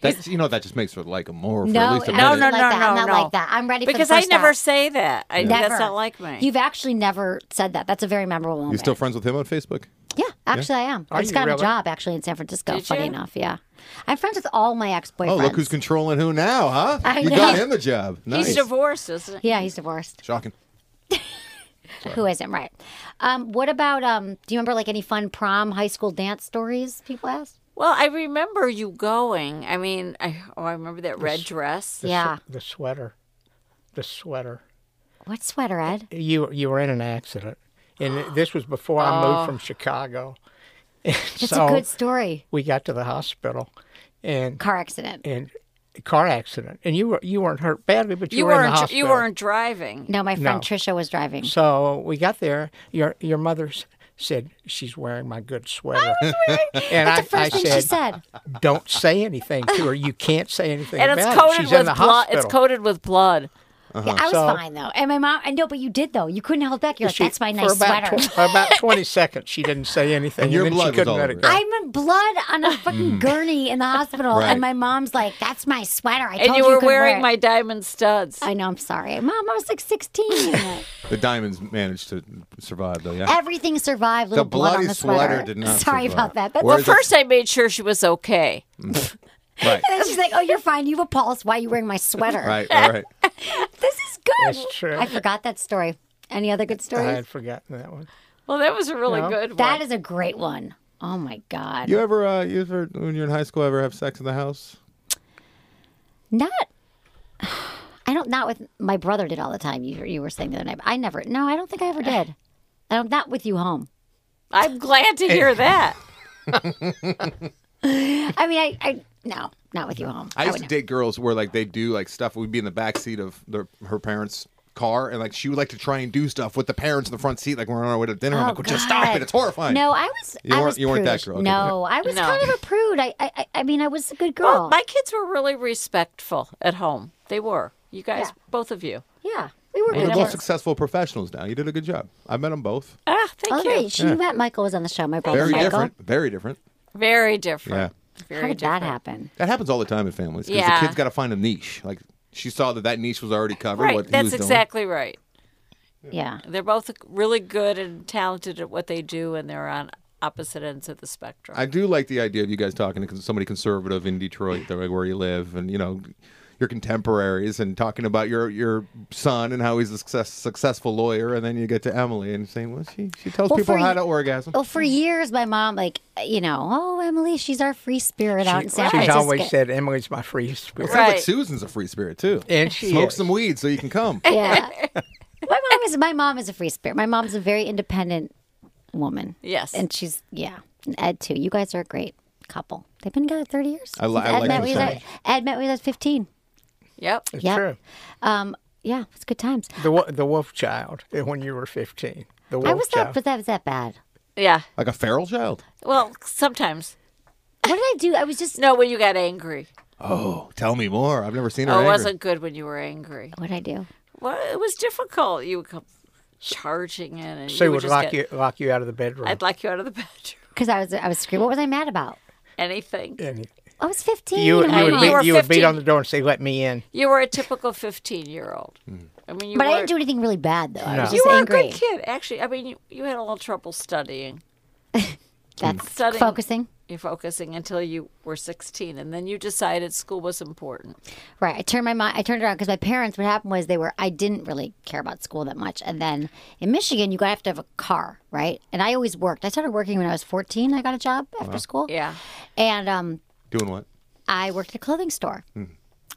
Speaker 11: That's you know that just makes her like him more. For
Speaker 1: No,
Speaker 11: at least a
Speaker 1: no,
Speaker 12: No,
Speaker 11: minute.
Speaker 12: no,
Speaker 1: I'm
Speaker 12: no,
Speaker 1: not like that.
Speaker 12: no,
Speaker 1: I'm not
Speaker 12: no.
Speaker 1: like that. I'm ready for the
Speaker 12: because
Speaker 1: first
Speaker 12: I never
Speaker 1: out.
Speaker 12: say that. I,
Speaker 1: Never.
Speaker 12: That's not like me.
Speaker 1: You've actually never said that. That's a very memorable moment.
Speaker 11: You still friends with him on Facebook?
Speaker 1: Yeah, actually, I am.
Speaker 6: Are
Speaker 1: I just
Speaker 6: you
Speaker 1: got a
Speaker 6: really?
Speaker 1: job actually in San Francisco.
Speaker 12: Did
Speaker 1: funny
Speaker 12: you?
Speaker 1: enough, yeah. I'm friends with all my ex boyfriends.
Speaker 11: Oh, look who's controlling who now, huh?
Speaker 1: I
Speaker 11: you
Speaker 1: know.
Speaker 11: got him a job.
Speaker 12: He's
Speaker 11: Nice.
Speaker 12: divorced, isn't he?
Speaker 1: Yeah, he's divorced.
Speaker 11: Shocking.
Speaker 1: Who isn't right? Um, what about? Um, do you remember like any fun prom, high school dance stories? People asked.
Speaker 12: Well, I remember you going. I mean, I, oh, I remember that red dress.
Speaker 6: The, sw-
Speaker 1: yeah.
Speaker 6: the sweater, the sweater.
Speaker 1: What sweater, Ed?
Speaker 6: You you were in an accident, and this was before I moved from Chicago. [laughs]
Speaker 1: It's a good story.
Speaker 6: we got to the hospital, and
Speaker 1: Car accident.
Speaker 6: and a car accident, and you were you weren't hurt badly, but you,
Speaker 12: You
Speaker 6: were in the
Speaker 12: weren't.
Speaker 6: hospital.
Speaker 12: You weren't driving.
Speaker 1: No, my friend
Speaker 6: No.
Speaker 1: Trisha was driving.
Speaker 6: So we got there. Your your mother s- said she's wearing my good sweater. I was wearing. [laughs] and
Speaker 1: That's
Speaker 6: I,
Speaker 1: the first
Speaker 6: I
Speaker 1: thing
Speaker 6: said,
Speaker 1: she said.
Speaker 6: Don't say anything to her. You can't say anything
Speaker 12: and
Speaker 6: about
Speaker 12: it's
Speaker 6: it.
Speaker 12: coated
Speaker 6: She's in
Speaker 12: with
Speaker 6: the
Speaker 12: blood.
Speaker 6: hospital.
Speaker 12: It's coated with blood.
Speaker 1: Yeah, I was
Speaker 6: uh-huh. So-
Speaker 1: fine though, and my mom. I know, but you did though. You couldn't hold back. You're like,
Speaker 6: She-
Speaker 1: that's my
Speaker 6: for
Speaker 1: nice
Speaker 6: about
Speaker 1: sweater.
Speaker 6: tw- for about 20 seconds, she didn't say anything.
Speaker 11: your
Speaker 6: then
Speaker 11: blood
Speaker 6: she
Speaker 11: was
Speaker 6: couldn't
Speaker 11: all
Speaker 6: let it
Speaker 11: over
Speaker 6: go.
Speaker 1: I'm in blood on a fucking gurney in the hospital,
Speaker 11: Mm. Right.
Speaker 1: and my mom's like, "That's my sweater." I
Speaker 12: and
Speaker 1: told you
Speaker 12: you were
Speaker 1: couldn't wear
Speaker 12: wearing
Speaker 1: it."
Speaker 12: my diamond studs.
Speaker 1: I know. I'm sorry, mom. I was like 16.
Speaker 11: [laughs] The diamonds managed to survive, though. Yeah.
Speaker 1: Everything survived. Little
Speaker 11: The
Speaker 1: blood on
Speaker 11: bloody
Speaker 1: the sweater.
Speaker 11: sweater did not
Speaker 1: Sorry
Speaker 11: survive.
Speaker 1: about that. But
Speaker 11: Where
Speaker 1: well,
Speaker 11: is
Speaker 1: and
Speaker 11: it?
Speaker 12: First, I made sure she was okay.
Speaker 11: Right.
Speaker 1: then she's like, "Oh, you're fine. You have a pulse. Why are you wearing my sweater?"
Speaker 11: Right. All right.
Speaker 1: [laughs] This is good.
Speaker 6: That's true.
Speaker 1: I forgot that story. Any other good
Speaker 6: I
Speaker 1: stories?
Speaker 6: had forgotten that one.
Speaker 12: Well, that was a really
Speaker 6: No.
Speaker 12: good one.
Speaker 1: That is a great one. Oh my god.
Speaker 11: You ever, uh, you ever, when you're in high school, ever have sex in the house?
Speaker 1: Not. [sighs] I don't. Not with my brother did all the time. You you were saying the other night. I never. No, I don't think I ever did. I don't. Not with you home.
Speaker 12: I'm glad to hear that.
Speaker 1: I mean, I. I no, not with you home.
Speaker 11: I used to
Speaker 1: would-
Speaker 11: date girls where like they do like stuff. We'd be in the back seat of their, her parents' car, and like she would like to try and do stuff with the parents in the front seat, like we're on our way to dinner. I'm
Speaker 1: Oh,
Speaker 11: like, well, just stop
Speaker 1: God.
Speaker 11: it. It's horrifying.
Speaker 1: No, I was.
Speaker 11: You
Speaker 1: I
Speaker 11: weren't-
Speaker 1: was
Speaker 11: you weren't that
Speaker 1: prudish.
Speaker 11: girl. Okay.
Speaker 1: No, I was
Speaker 12: No.
Speaker 1: kind of a prude. I, I, I- I mean, I was a good girl.
Speaker 12: Well, my kids were really respectful at home. They were. You guys, both of you.
Speaker 1: yeah, we were
Speaker 11: Well,
Speaker 1: good.
Speaker 11: they're both
Speaker 1: girls.
Speaker 11: successful professionals now. You did a good job. I met them both.
Speaker 12: Ah, thank
Speaker 1: Oh,
Speaker 12: you.
Speaker 1: right. She met Michael was on Oh, the show. My brother
Speaker 11: Very
Speaker 1: Michael.
Speaker 11: different. Very different.
Speaker 12: Very different. Very
Speaker 1: How did
Speaker 12: different.
Speaker 1: that happen?
Speaker 11: That happens all the time in families. 'cause
Speaker 12: Yeah.
Speaker 11: The kid's got to find a niche. Like she saw that that niche was already covered.
Speaker 12: Right.
Speaker 11: What he
Speaker 12: That's
Speaker 11: was doing.
Speaker 12: exactly right.
Speaker 1: Yeah.
Speaker 12: They're both really good and talented at what they do, and they're on opposite ends of the spectrum.
Speaker 11: I do like the idea of you guys talking to somebody conservative in Detroit, the- where you live, and you know your contemporaries, and talking about your your son and how he's a success, successful lawyer, and then you get to Emily and saying, "Well, she she tells
Speaker 1: Well,
Speaker 11: people
Speaker 1: for Oh,
Speaker 11: how
Speaker 1: y-
Speaker 11: to orgasm."
Speaker 1: Well, for years, my mom, like, you know, oh, Emily, she's our free spirit out in San
Speaker 6: She's
Speaker 1: Francisco.
Speaker 6: always said, Emily's my free spirit.
Speaker 11: Sounds like
Speaker 12: Right.
Speaker 11: Susan's a free spirit too.
Speaker 6: And she
Speaker 11: smoke
Speaker 6: is.
Speaker 11: some weed so you can come.
Speaker 1: Yeah. [laughs] my mom is my mom is a free spirit. My mom's a very independent woman.
Speaker 12: Yes.
Speaker 1: And she's yeah. And Ed too. You guys are a great couple. They've been together thirty years.
Speaker 11: I li-
Speaker 1: Since
Speaker 11: I
Speaker 1: Ed
Speaker 11: like
Speaker 1: met
Speaker 11: the
Speaker 1: me at,
Speaker 11: percentage.
Speaker 1: Ed met me when I was fifteen.
Speaker 12: yep.
Speaker 6: It's
Speaker 1: Yeah.
Speaker 6: true.
Speaker 1: Um, yeah, it's good times.
Speaker 6: The, wo- the wolf child uh, when you were 15. The wolf
Speaker 1: I was
Speaker 6: child.
Speaker 1: not but that was that bad.
Speaker 12: Yeah.
Speaker 11: Like a feral child.
Speaker 12: Well, sometimes.
Speaker 1: What did I do? I was just
Speaker 12: No, when you got angry.
Speaker 11: Oh, tell me more. I've never seen her.
Speaker 12: Oh, it
Speaker 11: angry.
Speaker 12: wasn't good when you were angry.
Speaker 1: what did I do?
Speaker 12: Well, it was difficult. You would come charging in, and
Speaker 6: Sue
Speaker 12: you would
Speaker 6: would
Speaker 12: just
Speaker 6: lock
Speaker 12: get-
Speaker 6: you lock you out of the bedroom.
Speaker 12: I'd lock you out of the [laughs] bedroom.
Speaker 1: Because I was I was screaming. What was I mad about?
Speaker 12: Anything.
Speaker 6: and
Speaker 1: I was fifteen.
Speaker 6: you, you,
Speaker 1: I
Speaker 12: know,
Speaker 6: would
Speaker 1: don't
Speaker 12: be-
Speaker 1: know.
Speaker 12: were
Speaker 6: beat, you would beat
Speaker 12: 15.
Speaker 6: on the door and say, "Let me in."
Speaker 12: You were a typical fifteen-year-old.
Speaker 6: Mm-hmm.
Speaker 12: I mean, you
Speaker 1: but
Speaker 12: were,
Speaker 1: I didn't do anything really bad though. I was
Speaker 6: No.
Speaker 1: just
Speaker 12: You were
Speaker 1: angry.
Speaker 12: a good kid, actually. I mean, you, you had a little trouble studying.
Speaker 1: That's
Speaker 12: Studying.
Speaker 1: focusing.
Speaker 12: You're focusing until you were sixteen, and then you decided school was important.
Speaker 1: Right. I turned my mind. I turned around because my parents. What happened was they were. I didn't really care about school that much. And then in Michigan, you got have to have a car, right? And I always worked. I started working when I was fourteen. I got a job after school.
Speaker 12: Yeah.
Speaker 1: And um,
Speaker 11: doing what?
Speaker 1: I worked at a clothing store.
Speaker 11: Hmm.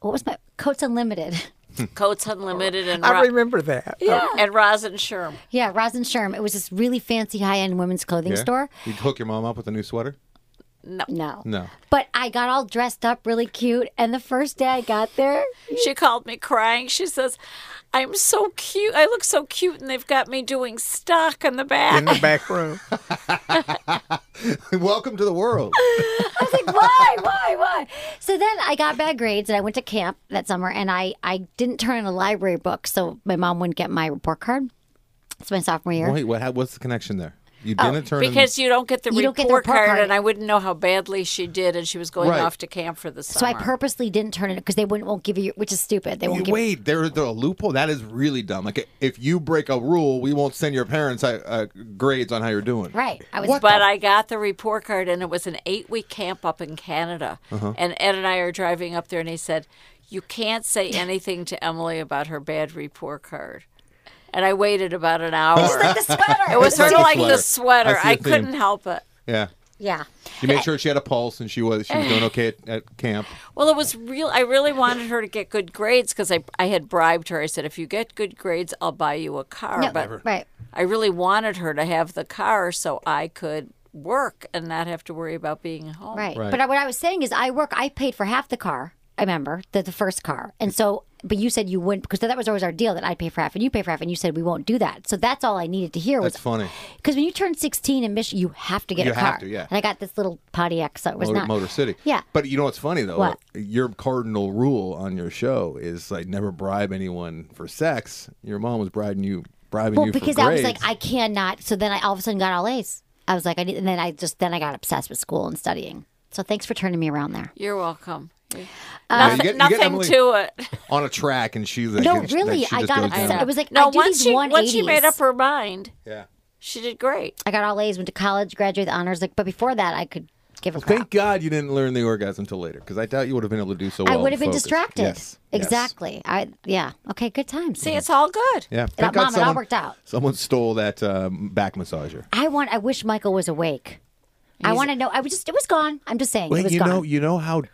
Speaker 1: What was my Coats Unlimited? [laughs]
Speaker 12: Coats Unlimited and
Speaker 6: I
Speaker 12: Ro-
Speaker 6: remember that.
Speaker 12: and Rosin Sherm.
Speaker 1: yeah, Rosin Sherm. It was this really fancy high end women's clothing
Speaker 11: Yeah?
Speaker 1: store.
Speaker 11: You'd hook your mom up with a new sweater.
Speaker 1: No.
Speaker 11: No.
Speaker 1: But I got all dressed up, really cute. And the first day I got there,
Speaker 12: She called me crying. She says, "I'm so cute. I look so cute, and they've got me doing stock on the back."
Speaker 6: Oh, In the back room,
Speaker 11: Welcome to the world.
Speaker 1: was like, why, why, why? So then I got bad grades and I went to camp that summer and I, I didn't turn in a library book so my mom wouldn't get my report card. It's my sophomore year.
Speaker 11: Wait, what? how- What's the connection there? You didn't turn in-
Speaker 12: Because you don't get the
Speaker 1: You don't
Speaker 12: report
Speaker 1: get the report
Speaker 12: card,
Speaker 1: card.
Speaker 12: and I wouldn't know how badly she did, and she was going
Speaker 11: Right.
Speaker 12: off to camp for the summer.
Speaker 1: So I purposely didn't turn it because they wouldn't won't give you which is stupid. They won't give
Speaker 11: Wait, there, there a loophole that is really dumb. Like if you break a rule, we won't send your parents uh, uh, grades on how you're doing.
Speaker 1: right. I was
Speaker 12: but I got the report card, and it was an eight-week camp up in Canada. And Ed and I are driving up there, and he said, "You
Speaker 1: [laughs]
Speaker 12: can't say anything to Emily about her bad report card." And I waited about an hour.
Speaker 1: the sweater.
Speaker 12: [laughs] it was sort of
Speaker 11: the
Speaker 12: like the
Speaker 11: sweater.
Speaker 12: sweater.
Speaker 11: I see
Speaker 12: I,
Speaker 11: the theme.
Speaker 12: couldn't help it.
Speaker 11: Yeah,
Speaker 1: yeah.
Speaker 11: you made sure she had a pulse and she was she was doing okay at, at camp.
Speaker 12: Well, it was real. I really wanted her to get good grades because I, I had bribed her. I said, if you get good grades, I'll buy you a car.
Speaker 1: No,
Speaker 12: but
Speaker 1: right.
Speaker 12: I really wanted her to have the car so I could work and not have to worry about being home.
Speaker 1: Right.
Speaker 11: Right.
Speaker 1: But I, what I was saying is, I work. I paid for half the car. I remember the, the first car, and so but you said you wouldn't because that was always our deal that I'd pay for half and you pay for half, and you said we won't do that. So that's all I needed to hear.
Speaker 11: That's
Speaker 1: was,
Speaker 11: funny.
Speaker 1: Because when you turn 16 in Michigan, you have to get
Speaker 11: You
Speaker 1: a
Speaker 11: have
Speaker 1: car.
Speaker 11: to, yeah.
Speaker 1: And I got this little Pontiac, so it was
Speaker 11: Motor,
Speaker 1: not
Speaker 11: Motor City.
Speaker 1: Yeah.
Speaker 11: But you know what's funny though?
Speaker 1: What?
Speaker 11: Your cardinal rule on your show is like never bribe anyone for sex. Your mom was bribing you, bribing
Speaker 1: Well,
Speaker 11: you
Speaker 1: because
Speaker 11: for
Speaker 1: I was
Speaker 11: grades.
Speaker 1: like, I cannot. So then I all of a sudden got all A's. I was like, I need, and then I just then I got obsessed with school and studying. So thanks for turning me around there.
Speaker 12: You're welcome. [laughs] You-
Speaker 11: Yeah,
Speaker 12: nothing
Speaker 11: you get- you get
Speaker 12: nothing
Speaker 11: Emily-
Speaker 12: to it.
Speaker 11: on a track, and she's like,
Speaker 1: No,
Speaker 11: and she- like,
Speaker 1: really,
Speaker 11: she
Speaker 1: I
Speaker 11: just
Speaker 1: got
Speaker 11: goes down.
Speaker 1: upset. It was like I
Speaker 12: No,
Speaker 1: do
Speaker 12: once
Speaker 1: these
Speaker 12: she once
Speaker 1: 180s.
Speaker 12: she made up her mind,
Speaker 11: Yeah.
Speaker 12: she did great.
Speaker 1: I got all A's, went to college, graduated with honors. Like, but before that, I could give a crap.
Speaker 11: Thank God you didn't learn the orgasm until later, because I doubt you would have been able to do so.
Speaker 1: I
Speaker 11: well
Speaker 1: would
Speaker 11: and
Speaker 1: have been
Speaker 11: focus.
Speaker 1: distracted.
Speaker 11: Yes. Yes.
Speaker 1: Exactly. I yeah. Okay. Good times.
Speaker 12: See, it's all good.
Speaker 11: Yeah.
Speaker 1: Mom,
Speaker 11: Thank
Speaker 1: it all
Speaker 11: God someone,
Speaker 1: worked out.
Speaker 11: Someone stole that um, back massager.
Speaker 1: I want. I wish Michael was awake. I want to know. I was just. It was gone. I'm just saying. it
Speaker 11: Wait,
Speaker 1: was
Speaker 11: you
Speaker 1: gone.
Speaker 11: know, you know how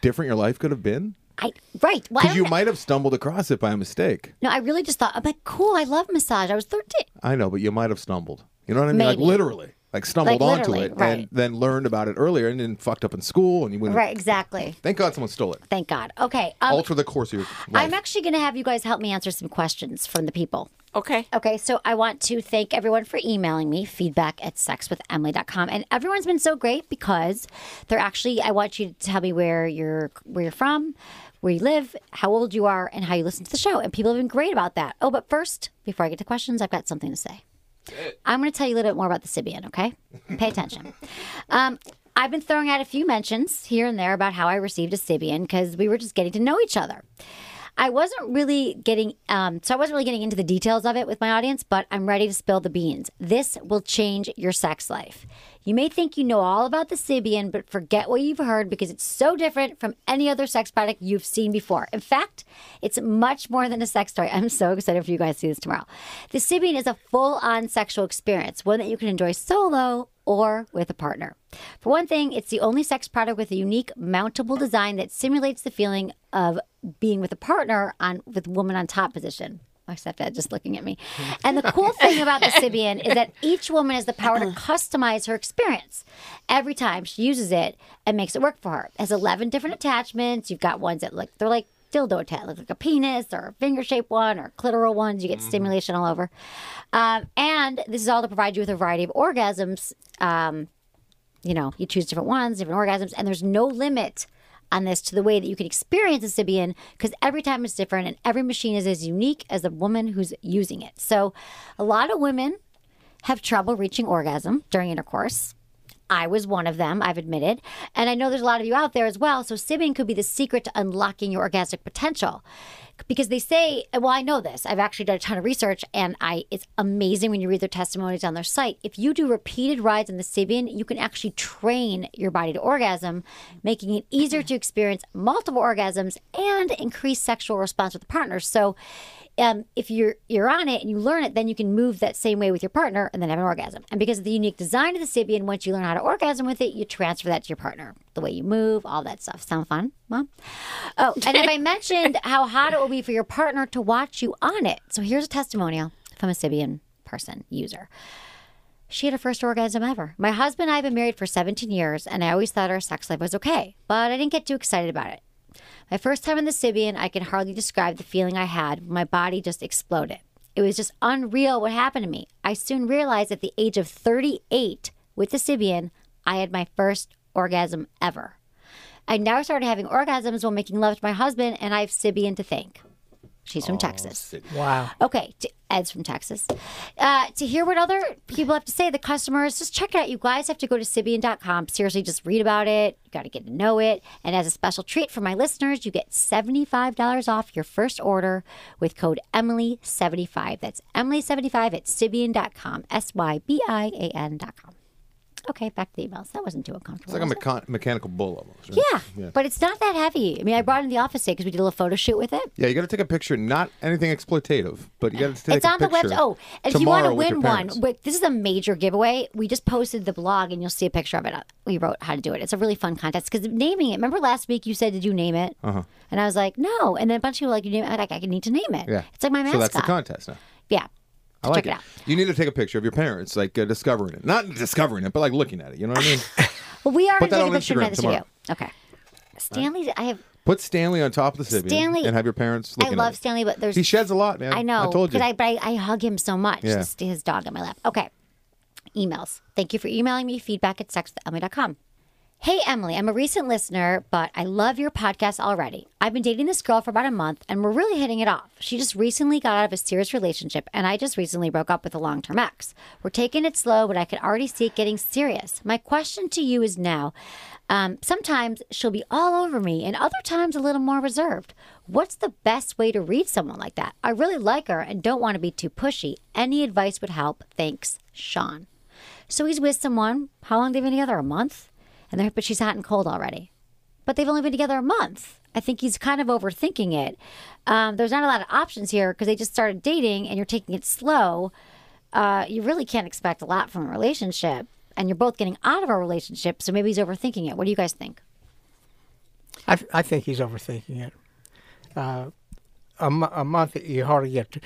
Speaker 11: different your life could have been
Speaker 1: I right. Well, I
Speaker 11: because
Speaker 1: don't
Speaker 11: you
Speaker 1: know.
Speaker 11: might have stumbled across it by mistake.
Speaker 1: No, I really just thought. I'm like, cool. I love massage. I was 13.
Speaker 11: I know, but you might have stumbled. You know what I mean? Like
Speaker 1: Maybe.
Speaker 11: literally, like stumbled
Speaker 1: Like,
Speaker 11: onto
Speaker 1: literally,
Speaker 11: it,
Speaker 1: right.
Speaker 11: and then learned about it earlier, and then fucked up in school, and you went
Speaker 1: Right. Exactly.
Speaker 11: Thank God someone stole it.
Speaker 1: Thank God. Okay. Um,
Speaker 11: Alter the course of your life.
Speaker 1: I'm actually going to have you guys help me answer some questions from the people.
Speaker 12: Okay.
Speaker 1: Okay, so I want to thank everyone for emailing me feedback at sexwithemily.com. And everyone's been so great because they're actually I want you to tell me where you're where you're from, where you live, how old you are, and how you listen to the show. And people have been great about that. Oh, but first, before I get to questions, I've got something to say. I'm going to tell you a little bit more about the Sibian, okay? Pay attention. Um, I've been throwing out a few mentions here and there about how I received a Sibian because we were just getting to know each other. I wasn't really getting, um, so I wasn't really getting into the details of it with my audience, but I'm ready to spill the beans. This will change your sex life. You may think you know all about the Sibian, but forget what you've heard because it's so different from any other sex product you've seen before. In fact, it's much more than a sex toy. I'm so excited for you guys to see this tomorrow. The Sibian is a full on sexual experience, one that you can enjoy solo or with a partner. For one thing, it's the only sex product with a unique mountable design that simulates the feeling of being with a partner on with woman on top position. My stepdad just looking at me. And the cool thing about the Sibian is that each woman has the power to customize her experience every time she uses it and makes it work for her. It has 11 different attachments. You've got ones that look, they're like dildo attached, look like a penis or a finger shaped one or clitoral ones. You get stimulation all over. Um, and this is all to provide you with a variety of orgasms you know, you choose different ones, different orgasms, and there's no limit on this to the way that you can experience a Sibian because every time it's different and every machine is as unique as the woman who's using it. So, a lot of women have trouble reaching orgasm during intercourse. I was one of them, I've admitted. And I know there's a lot of you out there as well. So, Sibian could be the secret to unlocking your orgasmic potential. Because they say, well, I know this. I've actually done a ton of research, and I it's amazing when you read their testimonies on their site. If you do repeated rides on the Sibian, you can actually train your body to orgasm, making it easier to experience multiple orgasms and increase sexual response with the partner. So, um, if you're you're on it and you learn it, then you can move that same way with your partner and then have an orgasm. And because of the unique design of the Sibian, once you learn how to orgasm with it, you transfer that to your partner. The way you move, all that stuff. Sound fun, mom? Oh, and if I mentioned how hot it will be for your partner to watch you on it, so here's a testimonial from a Sibian person user. She had her first orgasm ever. My husband and I have been married for 17 years, and I always thought our sex life was okay, but I didn't get too excited about it. My first time in the Sibian, I can hardly describe the feeling I had. My body just exploded. It was just unreal what happened to me. I soon realized at the age of 38 with the Sibian, I had my first orgasm ever. I now started having orgasms while making love to my husband, and I have Sibian to thank. She's from Texas.
Speaker 6: Wow.
Speaker 1: Okay, to, Ed's from Texas. Uh, to hear what other people have to say, the customers, just check it out. You guys have to go to Sibian.com. Seriously, just read about it. You got to get to know it. And as a special treat for my listeners, you get $75 off your first order with code Emily75. That's Emily75 at Sibian.com. S Y B I A N.com. Okay, back to the emails. That wasn't too uncomfortable.
Speaker 11: It's like a
Speaker 1: was it?
Speaker 11: mechan- mechanical bull almost. right?
Speaker 1: yeah, but it's not that heavy. I mean, I brought it in the office today because we did a little photo shoot with it.
Speaker 11: Yeah, you got to take a picture. Not anything exploitative, but you got to take
Speaker 1: it's
Speaker 11: a
Speaker 1: on the
Speaker 11: picture.
Speaker 1: website. Oh, and if you want to
Speaker 11: tomorrow with your
Speaker 1: win one,
Speaker 11: parents.
Speaker 1: wait, this is a major giveaway. We just posted the blog, and you'll see a picture of it. We wrote how to do it. It's a really fun contest because naming it. Remember last week you said, "Did you name it?"
Speaker 11: Uh-huh.
Speaker 1: And I was like, "No." And then a bunch of people were like, "You name it." I'm like, I need to name it.
Speaker 11: Yeah.
Speaker 1: It's like my mascot.
Speaker 11: So that's the contest now.
Speaker 1: Yeah.
Speaker 11: I like
Speaker 1: Check it out.
Speaker 11: You need to take a picture of your parents, like uh, discovering it. Not discovering it, but like
Speaker 1: [laughs]
Speaker 11: looking at it. You know what I mean?
Speaker 1: Well, we are
Speaker 11: Put
Speaker 1: going to
Speaker 11: that
Speaker 1: take a picture of
Speaker 11: on Instagram
Speaker 1: the studio.
Speaker 11: tomorrow.
Speaker 1: Okay. Stanley, I have
Speaker 11: Put Stanley on top of the Sibian
Speaker 1: Stanley-
Speaker 11: and have your parents
Speaker 1: I
Speaker 11: looking
Speaker 1: love
Speaker 11: at it.
Speaker 1: Stanley, but there's
Speaker 11: He sheds a lot, man.
Speaker 1: I know.
Speaker 11: I told you.
Speaker 1: But I, but I, I hug him so much.
Speaker 11: Yeah.
Speaker 1: Just his dog on my lap. Okay. Emails. Thank you for emailing me feedback at sexwithemily.com. Hey, Emily, I'm a recent listener, but I love your podcast already. I've been dating this girl for about a month and we're really hitting it off. She just recently got out of a serious relationship and I just recently broke up with a long term ex. We're taking it slow, but I could already see it getting serious. My question to you is now um, sometimes she'll be all over me and other times a little more reserved. What's the best way to read someone like that? I really like her and don't want to be too pushy. Any advice would help. Thanks, Sean. So he's with someone. How long they been together? A month? And they're, but she's hot and cold already. But they've only been together a month. I think he's kind of overthinking it. Um, there's not a lot of options here because they just started dating and you're taking it slow. Uh, you really can't expect a lot from a relationship. And you're both getting out of a relationship. So maybe he's overthinking it. What do you guys think?
Speaker 6: I, I think he's overthinking it. Uh, a, mo- a month, you hardly get. To,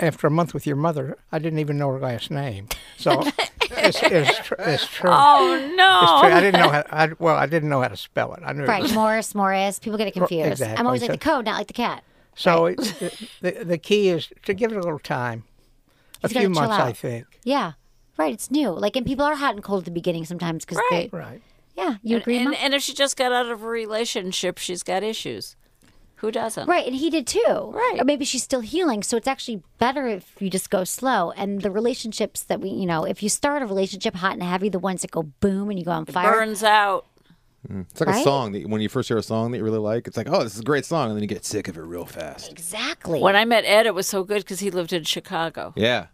Speaker 6: after a month with your mother, I didn't even know her last name.
Speaker 1: [laughs]
Speaker 6: So it's, it's, tr- it's true.
Speaker 12: Oh
Speaker 6: It's true. I
Speaker 12: no!
Speaker 6: didn't know how. I, well, I didn't know how to spell it. I knew. it
Speaker 1: Right.
Speaker 6: was-
Speaker 1: Morris, Morris. People get it confused. I'm
Speaker 6: exactly.
Speaker 1: always like
Speaker 6: So-
Speaker 1: the code, not like the cat.
Speaker 6: So it's, the the key is to give it a little time, a
Speaker 1: He's gotta
Speaker 6: few months,
Speaker 1: chill
Speaker 6: I
Speaker 1: out.
Speaker 6: think.
Speaker 1: Yeah. Right. It's new. Like, and people are hot and cold at the beginning sometimes because
Speaker 12: Right.
Speaker 1: they.
Speaker 6: Right.
Speaker 1: Yeah. You agree,
Speaker 12: and,
Speaker 1: Mom?
Speaker 12: and if she just got out of a relationship, she's got issues. Who doesn't?
Speaker 1: Right, and he did too.
Speaker 12: Right.
Speaker 1: Or maybe she's still healing, so it's actually better if you just go slow. And the relationships that we, you know, if you start a relationship hot and heavy, the ones that go boom and you go on fire.
Speaker 12: Burns out.
Speaker 11: it's like
Speaker 1: right?
Speaker 11: a song that when you first hear a song that you really like, it's like, oh, this is a great song, and then you get sick of it real fast.
Speaker 1: Exactly.
Speaker 12: When I met Ed, it was so good because he lived in Chicago.
Speaker 11: Yeah.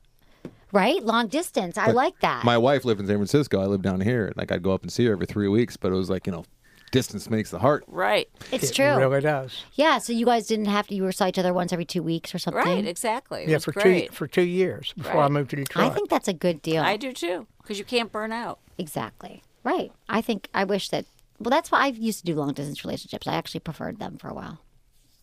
Speaker 1: right? Long distance. I like that.
Speaker 11: My wife lived in San Francisco. I lived down here. Like I'd go up and see her every three weeks, but it was like you know, distance makes the heart.
Speaker 12: Right.
Speaker 1: it's
Speaker 6: It
Speaker 1: true.
Speaker 6: really does.
Speaker 1: Yeah, so you guys didn't have to, you were saw each other once every two weeks or something.
Speaker 12: Right. Exactly. It
Speaker 6: yeah,
Speaker 12: was
Speaker 6: for
Speaker 12: great.
Speaker 6: two for two years before I
Speaker 12: Right.
Speaker 6: moved to Detroit.
Speaker 1: I think that's a good deal.
Speaker 12: I do too because you can't burn out.
Speaker 1: Exactly. Right. I think, I wish that, well, that's why I used to do long distance relationships. I actually preferred them for a while.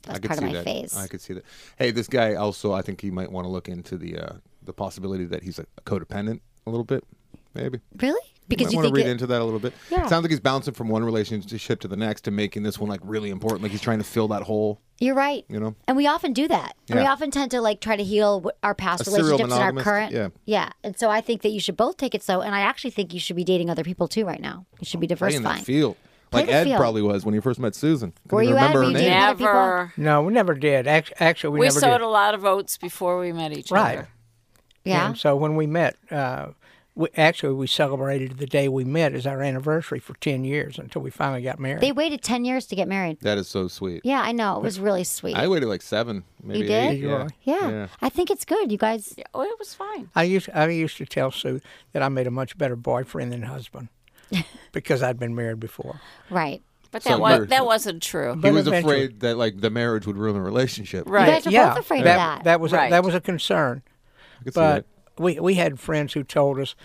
Speaker 1: That was
Speaker 11: I could
Speaker 1: part
Speaker 11: see
Speaker 1: of my
Speaker 11: that.
Speaker 1: phase.
Speaker 11: I could see that. Hey, this guy also, I think he might want to look into the uh, the possibility that he's a, codependent a little bit, maybe.
Speaker 1: Really? Because
Speaker 11: might
Speaker 1: you,
Speaker 11: want
Speaker 1: think
Speaker 11: to read
Speaker 1: it-
Speaker 11: into that a little bit.
Speaker 1: Yeah.
Speaker 11: Sounds like he's bouncing from one relationship to the next and making this one like really important. Like he's trying to fill that hole.
Speaker 1: You're right.
Speaker 11: You know?
Speaker 1: and we often do that. And We
Speaker 11: Yeah.
Speaker 1: often tend to like try to heal wh- our past
Speaker 11: A serial
Speaker 1: relationships and our
Speaker 11: monogamist,
Speaker 1: current.
Speaker 11: yeah.
Speaker 1: And so I think that you should both take it slow. And I actually think you should be dating other people too right now. You should be
Speaker 11: Play in that
Speaker 1: diversifying.
Speaker 11: field.
Speaker 1: Play
Speaker 11: Like
Speaker 1: the
Speaker 11: Ed
Speaker 1: field.
Speaker 11: probably was when he first met Susan. Couldn't
Speaker 1: Were
Speaker 11: even
Speaker 1: you at?
Speaker 11: remember
Speaker 1: Were
Speaker 11: her
Speaker 1: you
Speaker 11: name.
Speaker 1: dating other people?
Speaker 12: Never.
Speaker 6: no, we never did. Act- Actually, we,
Speaker 12: We
Speaker 6: never
Speaker 12: sowed
Speaker 6: did.
Speaker 12: a lot of oats before we met each
Speaker 6: Right.
Speaker 12: other.
Speaker 1: Yeah.
Speaker 6: And so when we met, uh, we, actually we celebrated the day we met as our anniversary for ten years until we finally got married.
Speaker 1: They waited 10 years to get married.
Speaker 11: That is so sweet.
Speaker 1: Yeah, I know. It was really sweet.
Speaker 11: I waited like seven, maybe
Speaker 1: You did?
Speaker 11: eight.
Speaker 6: You
Speaker 11: Yeah.
Speaker 6: really?
Speaker 1: yeah.
Speaker 11: yeah.
Speaker 1: I think it's good. You guys,
Speaker 12: Yeah, oh, it was fine.
Speaker 6: I used I used to tell Sue that I made a much better boyfriend than
Speaker 1: [laughs]
Speaker 6: husband because I'd been married before.
Speaker 1: right.
Speaker 12: But
Speaker 11: So
Speaker 12: that was
Speaker 11: you're-
Speaker 12: that wasn't true.
Speaker 11: He
Speaker 6: But
Speaker 11: was
Speaker 6: eventually-
Speaker 11: afraid that like the marriage would ruin the relationship.
Speaker 12: Right.
Speaker 1: You guys were
Speaker 6: yeah,
Speaker 1: both afraid
Speaker 6: that,
Speaker 1: of that.
Speaker 6: was a,
Speaker 12: Right.
Speaker 6: that was a concern.
Speaker 11: I could see
Speaker 6: But
Speaker 11: that.
Speaker 6: we we had friends who told us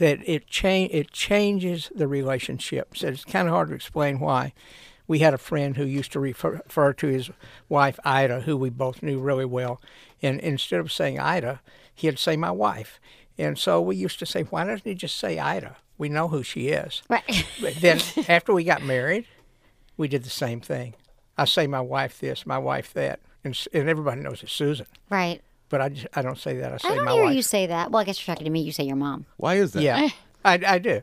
Speaker 6: that it change it changes the relationship. So it's kind of hard to explain why. We had a friend who used to refer, refer to his wife Ida, who we both knew really well, and instead of saying Ida, he'd say my wife. And so we used to say, why doesn't he just say Ida? We know who she is.
Speaker 1: Right. [laughs]
Speaker 6: But then after we got married, we did the same thing. I say my wife this, my wife that, and, s- and everybody knows it's Susan.
Speaker 1: right.
Speaker 6: But I, just, I don't say that. I say
Speaker 1: I don't
Speaker 6: my
Speaker 1: hear
Speaker 6: wife.
Speaker 1: you say that. Well, I guess you're talking to me. You say your mom.
Speaker 11: Why is
Speaker 1: [laughs]
Speaker 11: that?
Speaker 6: Yeah, I, I do.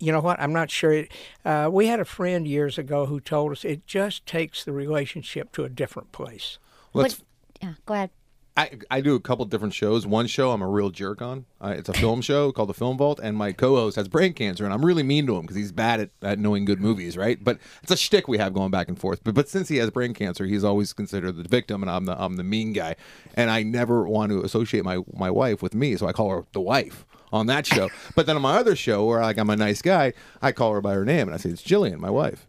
Speaker 6: You know what? I'm not sure. It, uh, we had a friend years ago who told us it just takes the relationship to a different place.
Speaker 11: Let's
Speaker 1: Yeah, go ahead.
Speaker 11: I, I do a couple different shows. One show I'm a real jerk on. Uh, it's a film show called The Film Vault, and my co-host has brain cancer, and I'm really mean to him because he's bad at, at knowing good movies, right? But it's a shtick we have going back and forth. But but since he has brain cancer, he's always considered the victim, and I'm the I'm the mean guy, and I never want to associate my my wife with me, so I call her the wife on that show. but then on my other show, where like I'm a nice guy, I call her by her name, and I say it's Jillian, my wife.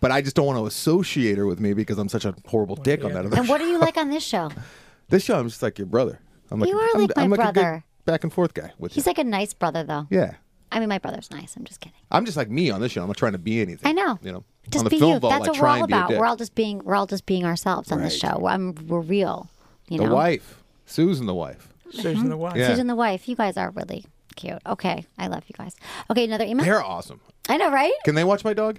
Speaker 11: But I just don't want to associate her with me because I'm such a horrible dick on that other.
Speaker 1: And what are you like on this show?
Speaker 11: This show, I'm just like your brother. I'm like,
Speaker 1: You are
Speaker 11: I'm,
Speaker 1: like my
Speaker 11: I'm a good
Speaker 1: brother.
Speaker 11: back and forth guy with
Speaker 1: He's
Speaker 11: you.
Speaker 1: like a nice brother, though.
Speaker 11: yeah.
Speaker 1: I mean, my brother's nice. I'm just kidding.
Speaker 11: I'm just like me on this show. I'm not trying to be anything.
Speaker 1: I know.
Speaker 11: You know,
Speaker 1: just
Speaker 11: on the
Speaker 1: be
Speaker 11: film
Speaker 1: you.
Speaker 11: vault,
Speaker 1: That's
Speaker 11: I
Speaker 1: what we're
Speaker 11: try
Speaker 1: all
Speaker 11: and be a
Speaker 1: about.
Speaker 11: dick.
Speaker 1: We're all just being we're all just being ourselves on this
Speaker 11: Right.
Speaker 1: show. I'm, we're real. You
Speaker 11: the
Speaker 1: know, Mm-hmm.
Speaker 11: wife, Susan, the wife.
Speaker 6: Susan the wife.
Speaker 11: Yeah.
Speaker 1: Susan the wife. You guys are really cute. Okay, I love you guys. Okay, another email.
Speaker 11: They're awesome.
Speaker 1: I know, right?
Speaker 11: Can they watch my dog?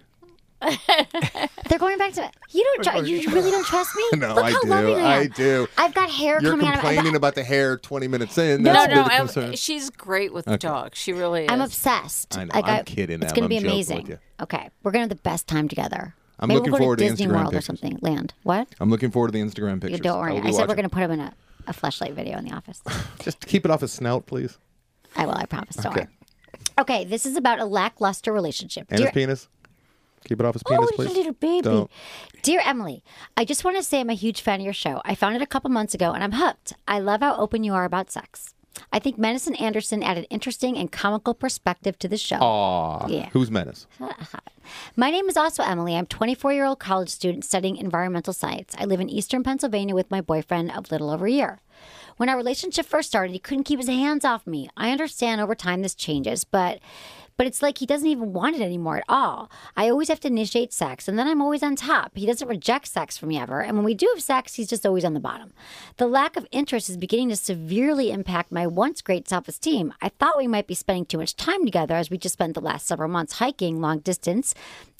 Speaker 1: They're going back to you. Don't tr- you really don't trust me?
Speaker 11: [laughs] No,
Speaker 1: Look
Speaker 11: I
Speaker 1: how
Speaker 11: do.
Speaker 1: loving I am.
Speaker 11: I do.
Speaker 1: I've got hair
Speaker 11: You're
Speaker 1: coming out of. I've
Speaker 11: complaining about the hair 20 minutes in.
Speaker 12: No,
Speaker 11: That's
Speaker 12: no,
Speaker 11: where the
Speaker 12: I'm-
Speaker 11: concern-
Speaker 12: she's great with
Speaker 11: Okay.
Speaker 12: dogs. She really is.
Speaker 1: I'm obsessed.
Speaker 11: I know.
Speaker 1: Like,
Speaker 11: I'm kidding,
Speaker 1: It's
Speaker 11: Em.
Speaker 1: going to
Speaker 11: I'm
Speaker 1: be
Speaker 11: joking
Speaker 1: amazing.
Speaker 11: with you.
Speaker 1: Okay, we're going to have the best time together.
Speaker 11: I'm
Speaker 1: Maybe
Speaker 11: looking
Speaker 1: we'll go
Speaker 11: forward
Speaker 1: to
Speaker 11: to
Speaker 1: Disney
Speaker 11: Instagram
Speaker 1: World
Speaker 11: pictures.
Speaker 1: or something. Land what?
Speaker 11: I'm looking forward to the Instagram
Speaker 1: You
Speaker 11: pictures.
Speaker 1: don't
Speaker 11: I
Speaker 1: worry.
Speaker 11: will
Speaker 1: I
Speaker 11: be
Speaker 1: said we're
Speaker 11: watching.
Speaker 1: going to put him in a, a flashlight video in the office.
Speaker 11: Just keep it off his snout, please.
Speaker 1: I will. I promise. Don't
Speaker 11: Okay.
Speaker 1: worry. Okay, this is about a lackluster relationship.
Speaker 11: And
Speaker 1: Dear-
Speaker 11: his penis. Keep it off his
Speaker 1: Oh,
Speaker 11: penis,
Speaker 1: you
Speaker 11: please.
Speaker 1: little baby.
Speaker 11: Don't.
Speaker 1: Dear Emily, I just want to say I'm a huge fan of your show. I found it a couple months ago and I'm hooked. I love how open you are about sex. I think Madison Anderson added interesting and comical perspective to the show.
Speaker 11: Aw.
Speaker 1: Yeah. [laughs]
Speaker 11: Who's menace?
Speaker 1: My name is also Emily. I'm a 24 year old college student studying environmental science. I live in eastern Pennsylvania with my boyfriend of little over a year. When our relationship first started, he couldn't keep his hands off me. I understand over time this changes, but but it's like he doesn't even want it anymore at all. I always have to initiate sex, and then I'm always on top. He doesn't reject sex from me ever, and when we do have sex, he's just always on the bottom. The lack of interest is beginning to severely impact my once great self esteem. I thought we might be spending too much time together as we just spent the last several months hiking long distance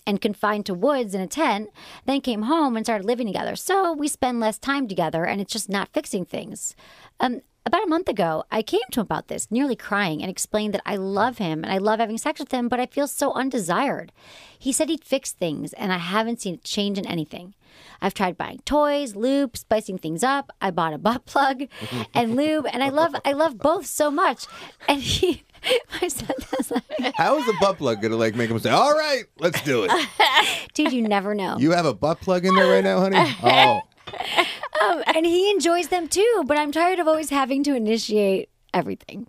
Speaker 1: and confined to woods in a tent, then came home and started living together. So we spend less time together and it's just not fixing things. Um, about a month ago, I came to him about this, nearly crying, and explained that I love him and I love having sex with him, but I feel so undesired. He said he'd fix things, and I haven't seen a change in anything. I've tried buying toys, lube, spicing things up. I bought a butt plug and lube, and I love I love both so much. And he, [laughs] my son was like,
Speaker 11: How is the butt plug going to like make him say, all right, let's do
Speaker 1: [laughs]
Speaker 11: it?
Speaker 1: "Dude, you never know."
Speaker 11: [laughs] You have a butt plug in there right now, honey? Oh.
Speaker 1: Um, and he enjoys them too, but I'm tired of always having to initiate everything.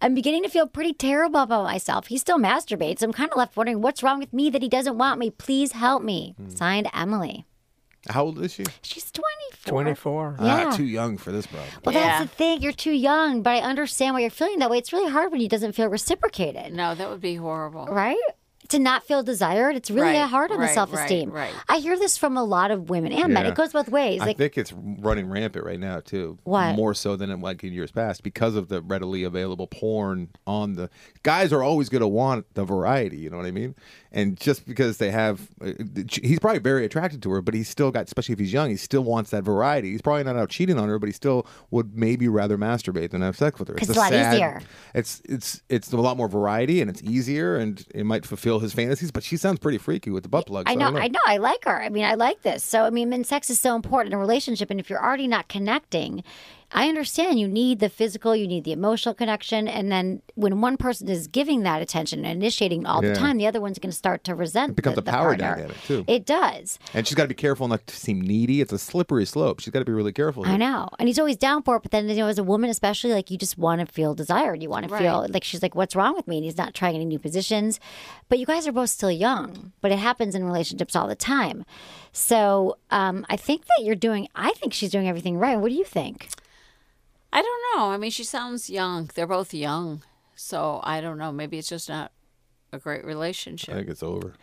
Speaker 1: I'm beginning to feel pretty terrible about myself. He still masturbates. I'm kind of left wondering what's wrong with me that he doesn't want me. Please help me.
Speaker 11: Hmm.
Speaker 1: Signed, Emily.
Speaker 11: How old is she?
Speaker 1: She's 24.
Speaker 6: 24.
Speaker 1: Yeah.
Speaker 11: Ah, too young for this problem.
Speaker 1: Well, that's the thing. You're too young, but I understand why you're feeling that way. It's really hard when he doesn't feel reciprocated,
Speaker 12: no, that would be horrible.
Speaker 1: right? To not feel desired, it's really
Speaker 12: Right,
Speaker 1: hard on the
Speaker 12: right,
Speaker 1: self esteem.
Speaker 12: right, right.
Speaker 1: I hear this from a lot of women and men.
Speaker 11: Yeah.
Speaker 1: It goes both ways.
Speaker 11: I
Speaker 1: Like,
Speaker 11: think it's running rampant right now too.
Speaker 1: What?
Speaker 11: More so than in, like in years past because of the readily available porn on the guys are always going to want the variety. You know what I mean? And just because they have, uh, he's probably very attracted to her, but he's still got, especially if he's young, he still wants that variety. He's probably not out cheating on her, but he still would maybe rather masturbate than have sex with her.
Speaker 1: 'Cause it's a lot
Speaker 11: sad-
Speaker 1: easier.
Speaker 11: It's it's it's a lot more variety and it's easier and it might fulfill his fantasies. But she sounds pretty freaky with the butt plug.
Speaker 1: I
Speaker 11: so
Speaker 1: know,
Speaker 11: don't
Speaker 1: I know. I like her. I mean, I like this. So, I mean, men sex is so important in a relationship. And if you're already not connecting, I understand you need the physical, you need the emotional connection. And then when one person is giving that attention and initiating all
Speaker 11: Yeah.
Speaker 1: the time, the other one's going to start to resent
Speaker 11: It becomes
Speaker 1: the,
Speaker 11: a
Speaker 1: the
Speaker 11: power
Speaker 1: partner.
Speaker 11: dynamic, too.
Speaker 1: It does.
Speaker 11: And she's got to be careful not to seem needy. It's a slippery slope. She's got to be really careful. Here.
Speaker 1: I know. And he's always down for it. But then, you know, as a woman, especially, like you just want to feel desired. You want to feel like she's like, what's wrong with me? And he's not trying any new positions. But you guys are both still young, but it happens in relationships all the time. So um, I think that you're doing, I think she's doing everything right. What do you think?
Speaker 12: I don't know. I mean, she sounds young. They're both young, so I don't know. Maybe it's just not a great
Speaker 11: I
Speaker 12: relationship.
Speaker 11: think it's over.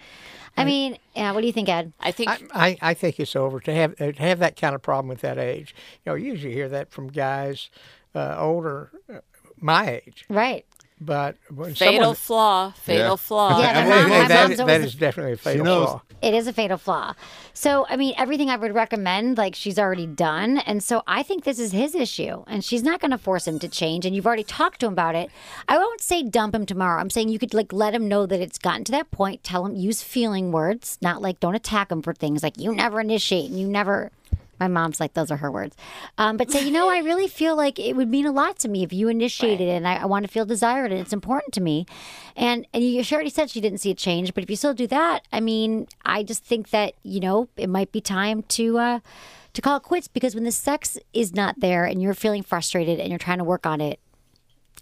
Speaker 1: I mean, yeah, what do you think, Ed?
Speaker 12: I think.
Speaker 6: I, I, I think it's over to have uh, to have that kind of problem at that age. You know, you usually hear that from guys uh, older, uh, my age.
Speaker 1: Right.
Speaker 6: But when
Speaker 12: Fatal
Speaker 6: someone,
Speaker 12: flaw. Fatal
Speaker 11: Yeah.
Speaker 12: flaw.
Speaker 1: Yeah,
Speaker 11: I
Speaker 1: their
Speaker 11: mean,
Speaker 1: mom,
Speaker 11: hey,
Speaker 1: my
Speaker 6: that,
Speaker 1: mom's
Speaker 6: that
Speaker 1: always
Speaker 6: is definitely a fatal
Speaker 11: knows.
Speaker 6: flaw.
Speaker 1: It is a fatal flaw. So, I mean, everything I would recommend, like she's already done. And so I think this is his issue. And she's not going to force him to change. And you've already talked to him about it. I won't say dump him tomorrow. I'm saying you could, like, let him know that it's gotten to that point. Tell him, use feeling words, not like don't attack him for things like you never initiate and you never. My mom's like, those are her words. Um, but say, you know, I really feel like it would mean a lot to me if you initiated it and I, I want to feel desired and it's important to me. And, and you, she already said she didn't see a change, but if you still do that, I mean, I just think that, you know, it might be time to, uh, to call it quits because when the sex is not there and you're feeling frustrated and you're trying to work on it,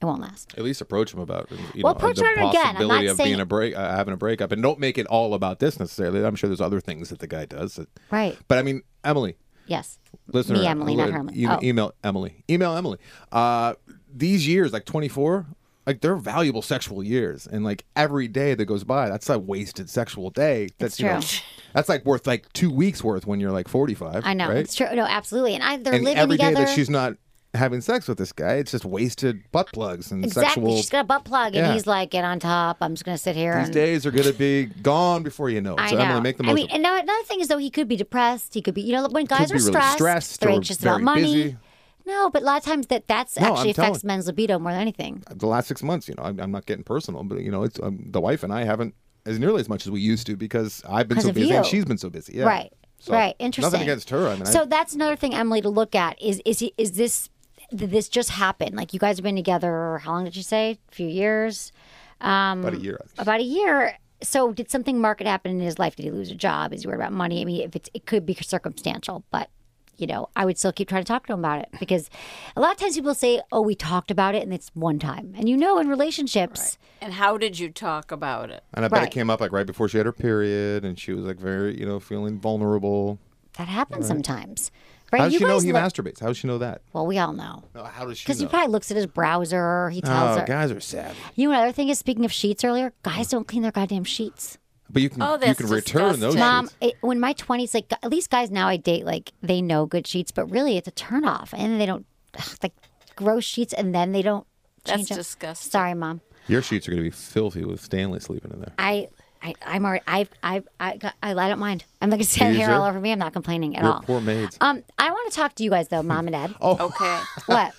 Speaker 1: it won't last.
Speaker 11: At least approach him about you
Speaker 1: Well,
Speaker 11: know,
Speaker 1: approach
Speaker 11: the
Speaker 1: her again. I'm not
Speaker 11: possibility of
Speaker 1: saying-
Speaker 11: being a break, uh, having a breakup, and don't make it all about this necessarily. I'm sure there's other things that the guy does. That,
Speaker 1: Right.
Speaker 11: But I mean, Emily,
Speaker 1: Yes.
Speaker 11: listener,
Speaker 1: Me, Emily, not
Speaker 11: uh,
Speaker 1: her, Emily.
Speaker 11: e-
Speaker 1: Oh.
Speaker 11: Email Emily. Email Emily. Uh, these years, like 24, like they're valuable sexual years, and like every day that goes by, that's a wasted sexual day. That's you know,
Speaker 1: true. [laughs]
Speaker 11: that's like worth like two weeks worth when you're like 45.
Speaker 1: I know.
Speaker 11: right?
Speaker 1: It's true. No, absolutely. And I, they're
Speaker 11: and
Speaker 1: living
Speaker 11: every day
Speaker 1: together.
Speaker 11: that she's not having sex with this guy. It's just wasted butt plugs and
Speaker 1: Exactly.
Speaker 11: sexual.
Speaker 1: She's got a butt plug, and
Speaker 11: Yeah.
Speaker 1: he's like, "Get on top. I'm just gonna sit here."
Speaker 11: These
Speaker 1: and...
Speaker 11: days are going to be gone before you know it.
Speaker 1: I
Speaker 11: so
Speaker 1: know.
Speaker 11: Emily, make the most.
Speaker 1: I mean,
Speaker 11: of it.
Speaker 1: and now another thing is though, he could be depressed. He could be, you know, when guys
Speaker 11: be
Speaker 1: are
Speaker 11: really
Speaker 1: stressed,
Speaker 11: stressed
Speaker 1: they're
Speaker 11: or
Speaker 1: anxious about
Speaker 11: very
Speaker 1: money.
Speaker 11: busy.
Speaker 1: No, but a lot of times that that's
Speaker 11: No,
Speaker 1: actually
Speaker 11: I'm telling-
Speaker 1: affects men's libido more than anything.
Speaker 11: the last six months, you know, I'm, I'm not getting personal, but you know, it's um, the wife and I haven't as nearly as much as we used to because I've been
Speaker 1: 'Cause
Speaker 11: so
Speaker 1: of
Speaker 11: busy
Speaker 1: you.
Speaker 11: and she's been so busy. Yeah.
Speaker 1: Right.
Speaker 11: So,
Speaker 1: right. Interesting.
Speaker 11: Nothing against her. I mean,
Speaker 1: so
Speaker 11: I,
Speaker 1: that's another thing, Emily, to look at is is he- is this did this just happen? Like you guys have been together. How long did you say? A few years. Um,
Speaker 11: about a year. I think.
Speaker 1: about a year. So did something market happen in his life? Did he lose a job? Is he worried about money? I mean, if it's it could be circumstantial, but you know, I would still keep trying to talk to him about it because a lot of times people say, "Oh, we talked about it," and it's one time. And you know, in relationships,
Speaker 12: And how did you talk about it?
Speaker 11: And I bet
Speaker 1: right.
Speaker 11: it came up like right before she had her period, and she was like very, you know, feeling vulnerable.
Speaker 1: that happens sometimes, right?
Speaker 11: How does she know
Speaker 1: guys
Speaker 11: he
Speaker 1: look-
Speaker 11: masturbates? How does she know that?
Speaker 1: Well, we all know
Speaker 11: No, How does she?
Speaker 1: because
Speaker 11: Know?
Speaker 1: he probably looks at his browser. He tells
Speaker 11: oh,
Speaker 1: her.
Speaker 11: guys are savage.
Speaker 1: You know, another thing is speaking of sheets earlier, guys don't clean their goddamn sheets.
Speaker 11: But you can
Speaker 12: Oh,
Speaker 11: you
Speaker 12: that's
Speaker 11: can return those.
Speaker 12: disgusting.
Speaker 1: Mom,
Speaker 11: sheets.
Speaker 1: Um, it, when my twenties, like at least guys now I date, like they know good sheets, but really it's a turnoff, and they don't ugh, like gross sheets, and then they don't.
Speaker 12: That's
Speaker 1: Change them.
Speaker 12: disgusting.
Speaker 1: Sorry, mom.
Speaker 11: your sheets are going to be filthy with Stanley sleeping in there.
Speaker 1: I, I, I'm already. I, I, I, got- I, I don't mind. I'm like sitting
Speaker 11: You
Speaker 1: here all
Speaker 11: deserve-
Speaker 1: over me. I'm not complaining at
Speaker 11: We're
Speaker 1: all.
Speaker 11: poor maids.
Speaker 1: Um, I want to talk to you guys though, mom and
Speaker 11: [laughs]
Speaker 1: dad.
Speaker 12: Okay.
Speaker 1: What?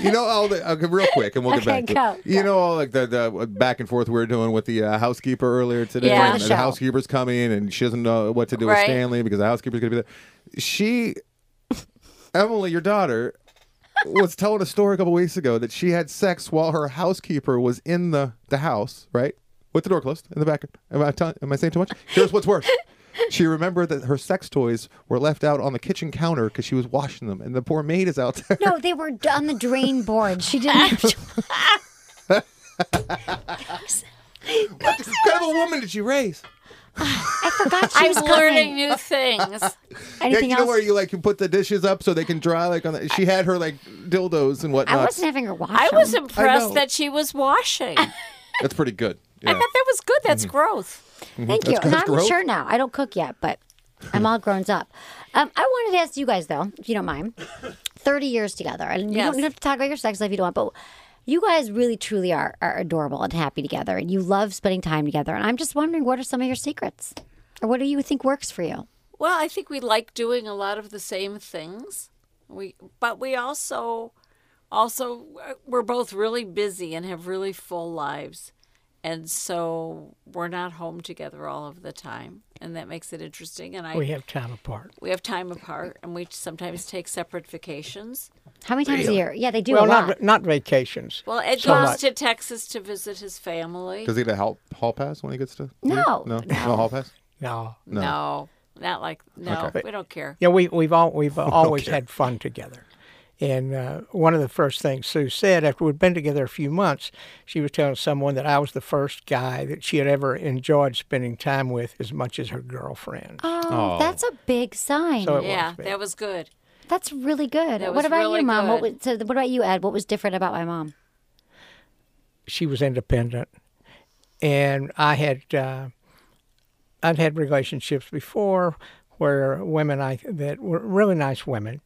Speaker 11: You know, all the, okay, real quick, and we'll get
Speaker 1: Okay,
Speaker 11: back to
Speaker 1: go,
Speaker 11: it. You know, all like the, the back and forth we were doing with the uh, housekeeper earlier today.
Speaker 12: Yeah.
Speaker 11: and
Speaker 1: For the
Speaker 11: the
Speaker 1: show.
Speaker 11: housekeeper's coming, and she doesn't know what to do with
Speaker 12: Right.
Speaker 11: Stanley because the housekeeper's going to be there. She, Emily, your daughter, was telling a story a couple weeks ago that she had sex while her housekeeper was in the, the house, right? With the door closed in the back. Am I, tell- am I saying too much? Here's what's worse. She remembered that her sex toys were left out on the kitchen counter because she was washing them, and the poor maid is out there.
Speaker 1: No, they were d- on the drain board. She
Speaker 12: [laughs]
Speaker 1: didn't. Have to...
Speaker 11: What kind of a woman did you raise?
Speaker 1: I forgot she
Speaker 12: I'm
Speaker 1: was
Speaker 12: learning
Speaker 1: coming.
Speaker 12: new things.
Speaker 1: Anything
Speaker 11: yeah, you know where
Speaker 1: else?
Speaker 11: you like you put the dishes up so they can dry like on the, she had her like dildos and whatnot.
Speaker 1: I wasn't having her watch.
Speaker 12: I
Speaker 1: them.
Speaker 12: was impressed
Speaker 11: know.
Speaker 12: that she was washing. I
Speaker 11: That's pretty good.
Speaker 12: thought that was good. That's
Speaker 11: Mm-hmm.
Speaker 12: growth.
Speaker 1: Thank you. And I'm
Speaker 11: that's growth.
Speaker 1: mature now. I don't cook yet, but I'm all grown up. Um, I wanted to ask you guys though, if you don't mind, thirty years together, and you
Speaker 12: Yes.
Speaker 1: don't have to talk about your sex life if you don't want, but you guys really truly are, are adorable and happy together, and you love spending time together. And I'm just wondering, what are some of your secrets, or what do you think works for you?
Speaker 12: Well, I think we like doing a lot of the same things. We, but we also, also uh, we're both really busy and have really full lives, and so we're not home together all of the time, and that makes it interesting. And I,
Speaker 6: We have time apart.
Speaker 12: we have time apart, and we sometimes take separate vacations.
Speaker 1: How many times a year? Yeah, they do
Speaker 6: well,
Speaker 1: a lot.
Speaker 6: not not vacations.
Speaker 12: Well, Ed
Speaker 6: So
Speaker 12: goes
Speaker 6: much.
Speaker 12: to Texas to visit his family.
Speaker 11: Does he get a hall, hall pass when he gets to?
Speaker 1: No.
Speaker 11: no, no hall pass.
Speaker 6: No.
Speaker 12: No. not like no.
Speaker 11: Okay.
Speaker 12: We don't care.
Speaker 6: Yeah, we we've all
Speaker 11: [laughs]
Speaker 6: we've uh, always had fun together, and uh, one of the first things Sue said after we'd been together a few months, she was telling someone that I was the first guy that she had ever enjoyed spending time with as much as her girlfriend.
Speaker 1: Oh, that's a big sign.
Speaker 6: So it
Speaker 12: Yeah,
Speaker 6: was big.
Speaker 12: that was good.
Speaker 1: that's really good.
Speaker 12: That
Speaker 1: What
Speaker 12: was
Speaker 1: about
Speaker 12: really
Speaker 1: you, mom? What was,
Speaker 12: good.
Speaker 1: so what about you, Ed? What was different about my mom?
Speaker 6: she was independent, and I had uh, I'd had relationships before where women I that were really nice women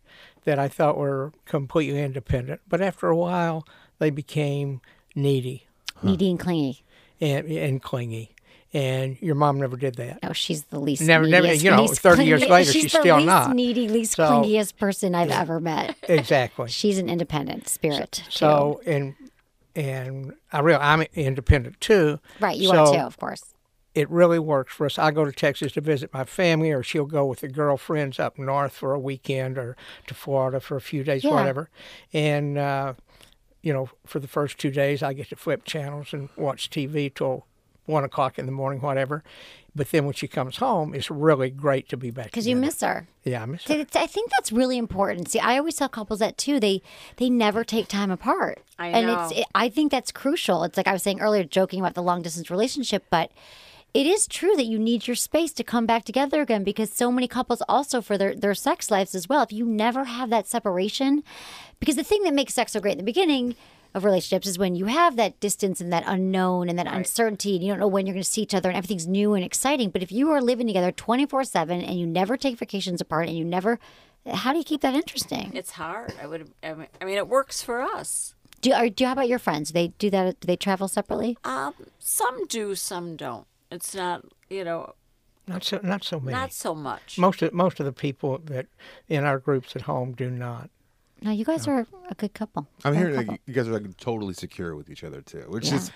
Speaker 6: that I thought were completely independent, but after a while they became needy
Speaker 1: Needy and clingy.
Speaker 6: and, and clingy, and your mom never did
Speaker 1: [laughs]
Speaker 6: that.
Speaker 1: No, she's the least.
Speaker 6: Never- never-
Speaker 1: neediest,
Speaker 6: you know,
Speaker 1: least
Speaker 6: 30 years
Speaker 1: clingy-
Speaker 6: later,
Speaker 1: she's,
Speaker 6: she's
Speaker 1: the
Speaker 6: still
Speaker 1: least
Speaker 6: not.
Speaker 1: needy, least
Speaker 6: So-
Speaker 1: clingiest person I've ever met.
Speaker 6: Exactly.
Speaker 1: She's an independent spirit. too.
Speaker 6: So and and I real I'm independent too.
Speaker 1: right, you
Speaker 6: so
Speaker 1: are too, of course.
Speaker 6: It really works for us. I go to Texas to visit my family, or she'll go with the girlfriends up north for a weekend, or to Florida for a few days,
Speaker 1: Yeah.
Speaker 6: whatever. And uh, you know, for the first two days, I get to flip channels and watch TV till one o'clock in the morning, whatever. But then when she comes home, it's really great to be back.
Speaker 1: Because you
Speaker 6: together.
Speaker 1: miss her.
Speaker 6: yeah, I miss her.
Speaker 1: See, that's- I think that's really important. See, I always tell couples that too. They they never take time apart,
Speaker 12: I
Speaker 1: and it's.
Speaker 12: know.
Speaker 1: It, I think that's crucial. It's like I was saying earlier, joking about the long distance relationship, but it is true that you need your space to come back together again because so many couples also for their their sex lives as well. If you never have that separation, because the thing that makes sex so great in the beginning. Of relationships is when you have that distance and that unknown and that uncertainty, and you don't know when you're going to see each other, and everything's new and exciting. But if you are living together 24 7 and you never take vacations apart and you never How do you keep that interesting?
Speaker 12: It's hard. I would. I mean, I mean, it works for us.
Speaker 1: Do are, do how about your friends? They do that. Do they travel separately?
Speaker 12: Um, some do, some don't. It's not, you know,
Speaker 6: Not so not so many.
Speaker 12: not so much.
Speaker 6: most of most of the people that in our groups at home do not.
Speaker 1: No, you guys are a good couple.
Speaker 11: I'm
Speaker 1: Good
Speaker 11: hearing
Speaker 1: couple.
Speaker 11: that you guys are like totally secure with each other too, which
Speaker 1: Yeah.
Speaker 11: is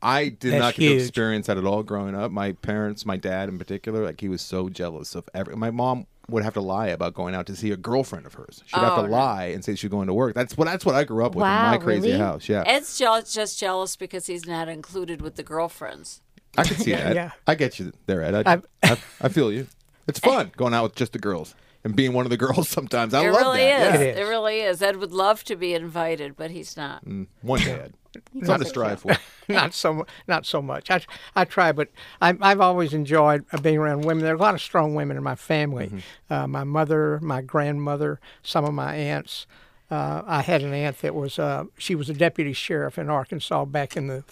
Speaker 11: I did
Speaker 6: That's
Speaker 11: not get
Speaker 6: huge.
Speaker 11: to experience that at all growing up. My parents, my dad in particular, like he was so jealous of every. My mom would have to lie about going out to see a girlfriend of hers. She'd have to lie and say she's going to work. That's what that's what I grew up with
Speaker 1: Wow,
Speaker 11: in my crazy
Speaker 1: really?
Speaker 11: house. Yeah,
Speaker 12: Ed's jealous, just jealous because he's not included with the girlfriends.
Speaker 11: I could see
Speaker 6: [laughs]
Speaker 11: that.
Speaker 6: yeah.
Speaker 11: I get you there, Ed. I,
Speaker 6: I've-
Speaker 11: I, I feel you. It's fun going out with just the girls and being one of the [laughs] girls sometimes. I
Speaker 12: it
Speaker 11: love
Speaker 12: really
Speaker 11: that.
Speaker 12: is.
Speaker 11: Yeah.
Speaker 6: It is.
Speaker 12: It really is. Ed would love to be invited, but he's not.
Speaker 11: One day,
Speaker 6: [laughs]
Speaker 11: Ed. Something to strive for.
Speaker 6: not so mu- not so much. I I try, but I, I've always enjoyed uh, being around women. There are a lot of strong women in my family.
Speaker 11: Mm-hmm.
Speaker 6: Uh, my mother, my grandmother, some of my aunts. Uh, I had an aunt that was uh, she was a deputy sheriff in Arkansas back in the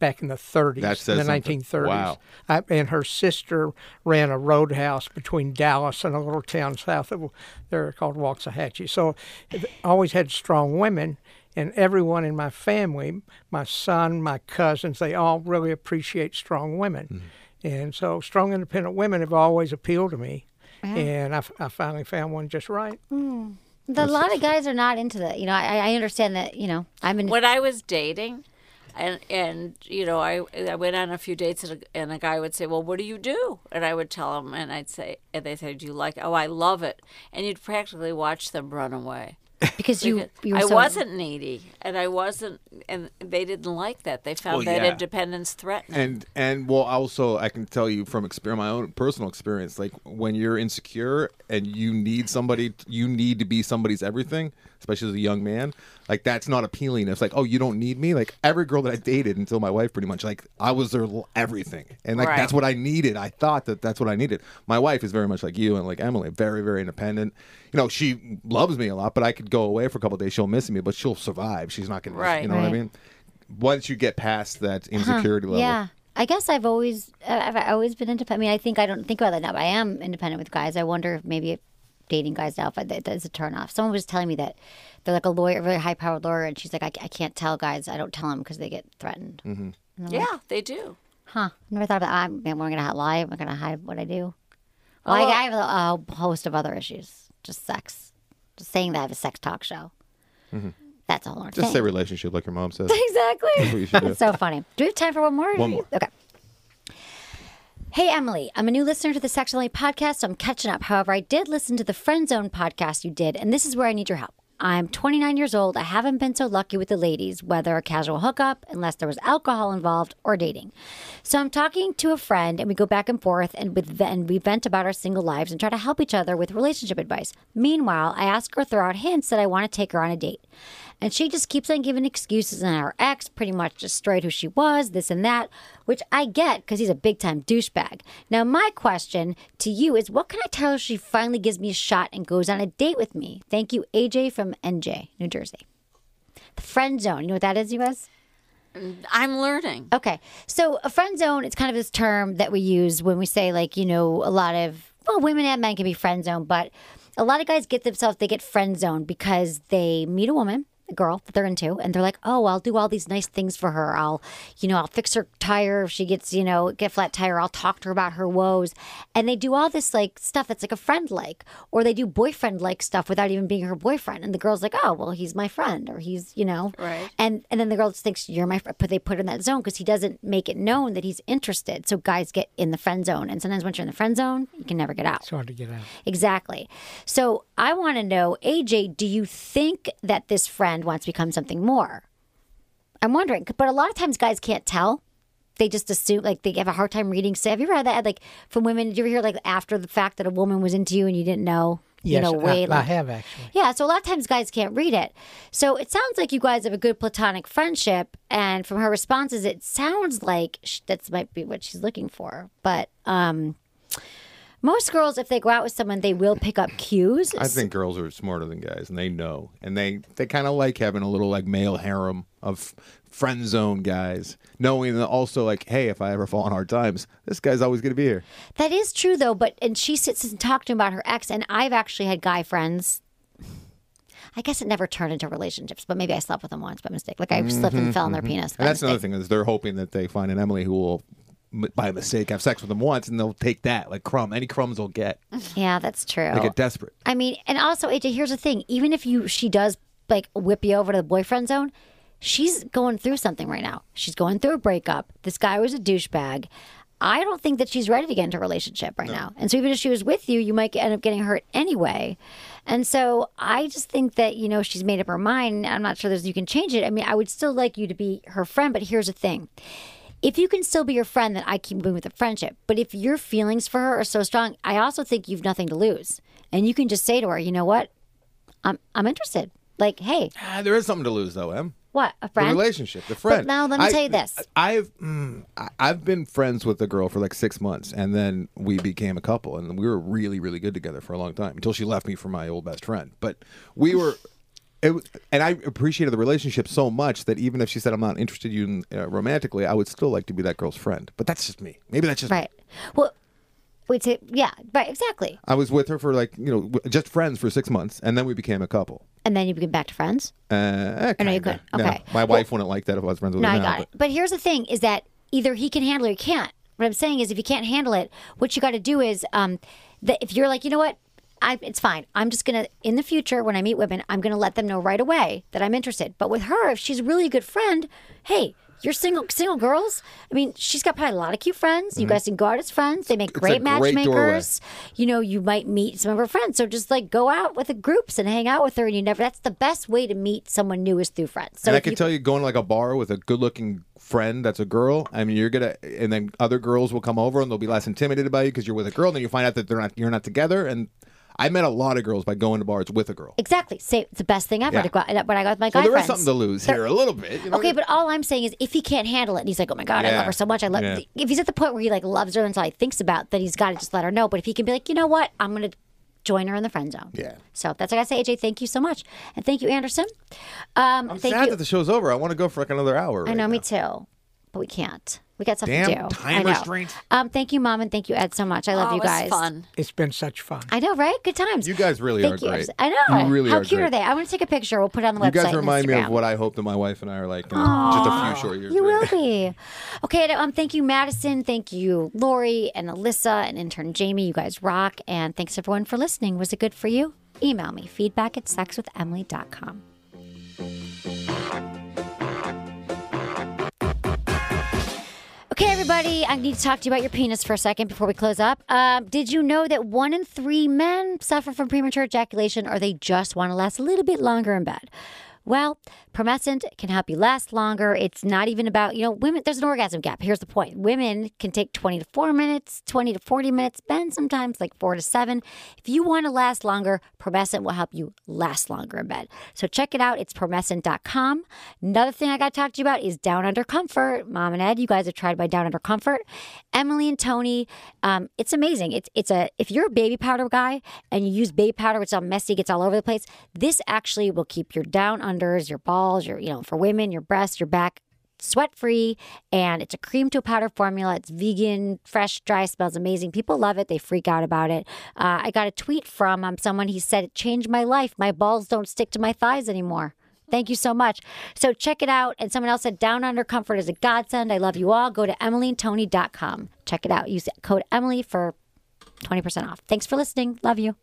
Speaker 6: back in the 30s,
Speaker 11: That says
Speaker 6: in the
Speaker 11: something.
Speaker 6: 1930s.
Speaker 11: Wow.
Speaker 6: I, and her sister ran a roadhouse between Dallas and a little town south of there called Waxahachie. So I always had strong women, and everyone in my family, my son, my cousins, they all really appreciate strong women. And so strong, independent women have always appealed to me. And I, f- I finally found one just right.
Speaker 1: The, a lot of guys are not into that. You know, I, I understand that. You know, I'm in.
Speaker 12: When I was dating, and and you know, I I went on a few dates, and a, and a guy would say, "Well, what do you do?" And I would tell him, and I'd say, and they say, "Do you like?" Oh, I love it. And you'd practically watch them run away.
Speaker 1: because you, you were
Speaker 12: I
Speaker 1: so-
Speaker 12: wasn't needy, and I wasn't, and they didn't like that. They found
Speaker 11: Well,
Speaker 12: that
Speaker 11: yeah.
Speaker 12: independence threatening.
Speaker 11: and and well also i can tell you from exper- my own personal experience like when you're insecure and you need somebody you need to be somebody's everything especially as a young man like that's not appealing it's like oh you don't need me like every girl that i dated until my wife pretty much like i was their l- everything and like
Speaker 12: Right.
Speaker 11: that's what i needed i thought that that's what i needed my wife is very much like you and like emily very very independent you know she loves me a lot but i could go away for a couple of days she'll miss me but she'll survive she's not gonna
Speaker 12: Right.
Speaker 11: you know what i
Speaker 1: Right.
Speaker 11: mean once you get past that insecurity level
Speaker 1: Yeah. I guess I've always I've I've always been independent. I mean, I think I don't think about that now, but I am independent with guys. I wonder if maybe dating guys now if that that is a turnoff. Someone was telling me that they're like a lawyer, a very high powered lawyer, and she's like, I, I can't tell guys. I don't tell them because they get threatened. Mm-hmm.
Speaker 12: yeah, they do.
Speaker 1: Huh? Never thought about. that. I'm, am I going to lie? Am I going to hide what I do? Oh, Well, I, I have a, a host of other issues. Just sex. Just saying that I have a sex talk show. That's a whole other
Speaker 11: Mm-hmm. Just say
Speaker 1: thing.
Speaker 11: relationship, like your mom says. what
Speaker 1: [laughs] Exactly.
Speaker 11: you should do.
Speaker 1: That's so funny. Do we have time for one more?
Speaker 11: One more.
Speaker 1: Okay. Hey, Emily, I'm a new listener to the Sex Only podcast, so I'm catching up. However, I did listen to the Friend Zone podcast you did, and this is where I need your help. I'm 29 years old. I haven't been so lucky with the ladies, whether a casual hookup, unless there was alcohol involved, or dating. So I'm talking to a friend, and we go back and forth, and, with, and we vent about our single lives and try to help each other with relationship advice. Meanwhile, I ask her throughout hints that I want to take her on a date. And she just keeps on giving excuses, and her ex pretty much destroyed who she was, this and that, which I get because he's a big time douchebag. Now, my question to you is what can I tell her she finally gives me a shot and goes on a date with me? Thank you, AJ from NJ, New Jersey. The friend zone. You know what that is, US?
Speaker 12: I'm learning.
Speaker 1: Okay. So a friend zone, it's kind of this term that we use when we say like, you know, a lot of well, women and men can be friend zone, but a lot of guys get themselves they get friend zone because they meet a woman, a girl that they're into, and they're like, Oh, I'll do all these nice things for her. I'll you know, I'll fix her tire if she gets, you know, get a flat tire, I'll talk to her about her woes. And they do all this like stuff that's like a friend like, or they do boyfriend like stuff without even being her boyfriend. And the girl's like, Oh, well, he's my friend or he's, you know
Speaker 12: Right.
Speaker 1: and and then the girl just thinks you're my friend, but they put her in that zone because he doesn't make it known that he's interested. So guys get in the friend zone, and sometimes once you're in the friend zone, you can never get out.
Speaker 6: It's hard to get out.
Speaker 1: Exactly. So I want to know, AJ, do you think that this friend wants to become something more? I'm wondering, but a lot of times guys can't tell. They just assume, like they have a hard time reading. So have you ever had that, like from women? Did you ever hear, like after the fact that a woman was into you and you didn't know?
Speaker 6: Yes,
Speaker 1: you know,
Speaker 6: I-
Speaker 1: way
Speaker 6: I
Speaker 1: like,
Speaker 6: have actually.
Speaker 1: yeah, so a lot of times guys can't read it. So it sounds like you guys have a good platonic friendship, and from her responses, it sounds like sh- that's might be what she's looking for. But um, Most girls, if they go out with someone, they will pick up cues.
Speaker 11: I think girls are smarter than guys, and they know, and they they kind of like having a little like male harem of friend zone guys, knowing that also like, hey, if I ever fall on hard times, this guy's always gonna be here.
Speaker 1: That is true though, but and she sits and talks to him about her ex, and I've actually had guy friends. I guess it never turned into relationships, but maybe I slept with them once by mistake. Like I slipped and fell on their penis. by
Speaker 11: Mm-hmm, And that's
Speaker 1: mistake.
Speaker 11: another thing is they're hoping that they find an Emily who will, m- by mistake, have sex with them once, and they'll take that like crumb. Any crumbs they'll
Speaker 1: [laughs]
Speaker 11: get.
Speaker 1: Yeah, that's true.
Speaker 11: They get desperate.
Speaker 1: I mean, and also AJ, here's the thing: even if you she does like whip you over to the boyfriend zone, she's going through something right now. She's going through a breakup. This guy was a douchebag. I don't think that she's ready to get into a relationship right now. And so even if she was with you, you might end up getting hurt anyway. And so I just think that you know she's made up her mind. I'm not sure there's you can change it. I mean, I would still like you to be her friend, but here's the thing. If you can still be your friend, then I keep moving with the friendship. But if your feelings for her are so strong, I also think you've nothing to lose. And you can just say to her, you know what? I'm I'm interested. Like, hey,
Speaker 11: Ah, there is something to lose though, Em.
Speaker 1: what, a friend?
Speaker 11: The relationship, the
Speaker 1: But
Speaker 11: friend.
Speaker 1: now let me
Speaker 11: I-
Speaker 1: tell you this.
Speaker 11: I've mm, I- I've been friends with a girl for like six months, and then we became a couple, and we were really really good together for a long time until she left me for my old best friend. But we were. It was, and I appreciated the relationship so much that even if she said I'm not interested in you uh, romantically, I would still like to be that girl's friend. But that's just me. Maybe that's just me.
Speaker 1: Right. Well wait to yeah, right, exactly.
Speaker 11: I was with her for like you know w- just friends for six months, and then we became a couple.
Speaker 1: And then you get back to friends.
Speaker 11: Uh, eh,
Speaker 1: no, you
Speaker 11: kinda.
Speaker 1: couldn't. Okay.
Speaker 11: No, my wife wouldn't like that if I was friends with
Speaker 1: No,
Speaker 11: her.
Speaker 1: I
Speaker 11: now,
Speaker 1: got
Speaker 11: but-
Speaker 1: it. But here's the thing: is that either he can handle it or he can't. What I'm saying is, if you can't handle it, what you got to do is, um, that if you're like, you know what, I, it's fine. I'm just gonna in the future when I meet women, I'm gonna let them know right away that I'm interested. But with her, if she's a really good friend, hey. You're single, single girls. I mean, she's got probably a lot of cute friends. You guys can go out as friends. They make
Speaker 11: Mm-hmm. a
Speaker 1: great
Speaker 11: great doorway.
Speaker 1: matchmakers. You know, you might meet some of her friends. So just like go out with the groups and hang out with her, and you never. That's the best way to meet someone new is through friends. So
Speaker 11: and I
Speaker 1: if
Speaker 11: can
Speaker 1: you-
Speaker 11: tell you, going to like a bar with a good-looking friend that's a girl. I mean, you're gonna, and then other girls will come over and they'll be less intimidated by you because you're with a girl. And then you find out that they're not, you're not together. And I met a lot of girls by going to bars with a girl.
Speaker 1: Exactly. Say it's the best thing ever
Speaker 11: Yeah.
Speaker 1: to go out, when I got with my
Speaker 11: So
Speaker 1: guy
Speaker 11: there is
Speaker 1: friends.
Speaker 11: something to lose here a little bit. You know?
Speaker 1: Okay, but all I'm saying is if he can't handle it and he's like, Oh my god, I
Speaker 11: Yeah.
Speaker 1: love her so much. I love
Speaker 11: Yeah.
Speaker 1: if he's at the point where he like loves her and so he thinks about that he's gotta just let her know. But if he can be like, you know what, I'm gonna join her in the friend zone.
Speaker 11: Yeah.
Speaker 1: So that's what I gotta say, AJ, thank you so much. And thank you, Anderson. Um
Speaker 11: I'm
Speaker 1: thank
Speaker 11: sad
Speaker 1: you.
Speaker 11: that the show's over. I want to go for like another hour.
Speaker 1: I
Speaker 11: right
Speaker 1: know, me
Speaker 11: now.
Speaker 1: too. But we can't. We got stuff to
Speaker 11: Damn
Speaker 1: do.
Speaker 11: time
Speaker 1: I know.
Speaker 11: restraints.
Speaker 1: Um, thank you, Mom, and thank you, Ed, so much. I love
Speaker 12: Oh,
Speaker 1: you
Speaker 12: it was
Speaker 1: guys.
Speaker 12: fun.
Speaker 6: It's been such fun.
Speaker 1: I know, right? Good times.
Speaker 11: You guys really
Speaker 1: Thank
Speaker 11: are
Speaker 1: you.
Speaker 11: great.
Speaker 1: I know.
Speaker 11: You really
Speaker 1: How
Speaker 11: are
Speaker 1: cute
Speaker 11: great.
Speaker 1: are they? I want to take a picture. We'll put it on the
Speaker 11: You
Speaker 1: website.
Speaker 11: guys
Speaker 1: and
Speaker 11: remind me
Speaker 1: Instagram.
Speaker 11: of what I hope that my wife and I are like in just a few short years.
Speaker 1: You
Speaker 11: right?
Speaker 1: will be. Okay. and, Um, thank you, Madison. Thank you, Lori and Alyssa and intern Jamie. You guys rock. And thanks everyone for listening. Was it good for you? Email me feedback at sexwithemily.com. Okay, everybody, I need to talk to you about your penis for a second before we close up. Um, did you know that one in three men suffer from premature ejaculation or they just want to last a little bit longer in bed? Well, Promescent can help you last longer. It's not even about, you know, women, there's an orgasm gap. Here's the point women can take 20 to 4 minutes, 20 to 40 minutes, men sometimes like 4 to 7. If you want to last longer, Promescent will help you last longer in bed. So check it out. It's promescent.com. Another thing I got to talk to you about is Down Under Comfort. Mom and Ed, you guys have tried my Down Under Comfort. Emily and Tony, um, it's amazing. It's it's a if you're a baby powder guy and you use baby powder, it's all messy, gets all over the place. This actually will keep your down unders, your balls, your you know, for women, your breasts, your back sweat free and it's a cream to a powder formula it's vegan fresh dry smells amazing people love it they freak out about it uh, i got a tweet from um, someone he said it changed my life my balls don't stick to my thighs anymore Thank you so much. So check it out. And someone else said Down Under Comfort is a godsend. I love you all. Go to emilyandtony.com. Check it out. Use code Emily for 20% off. Thanks for listening. Love you.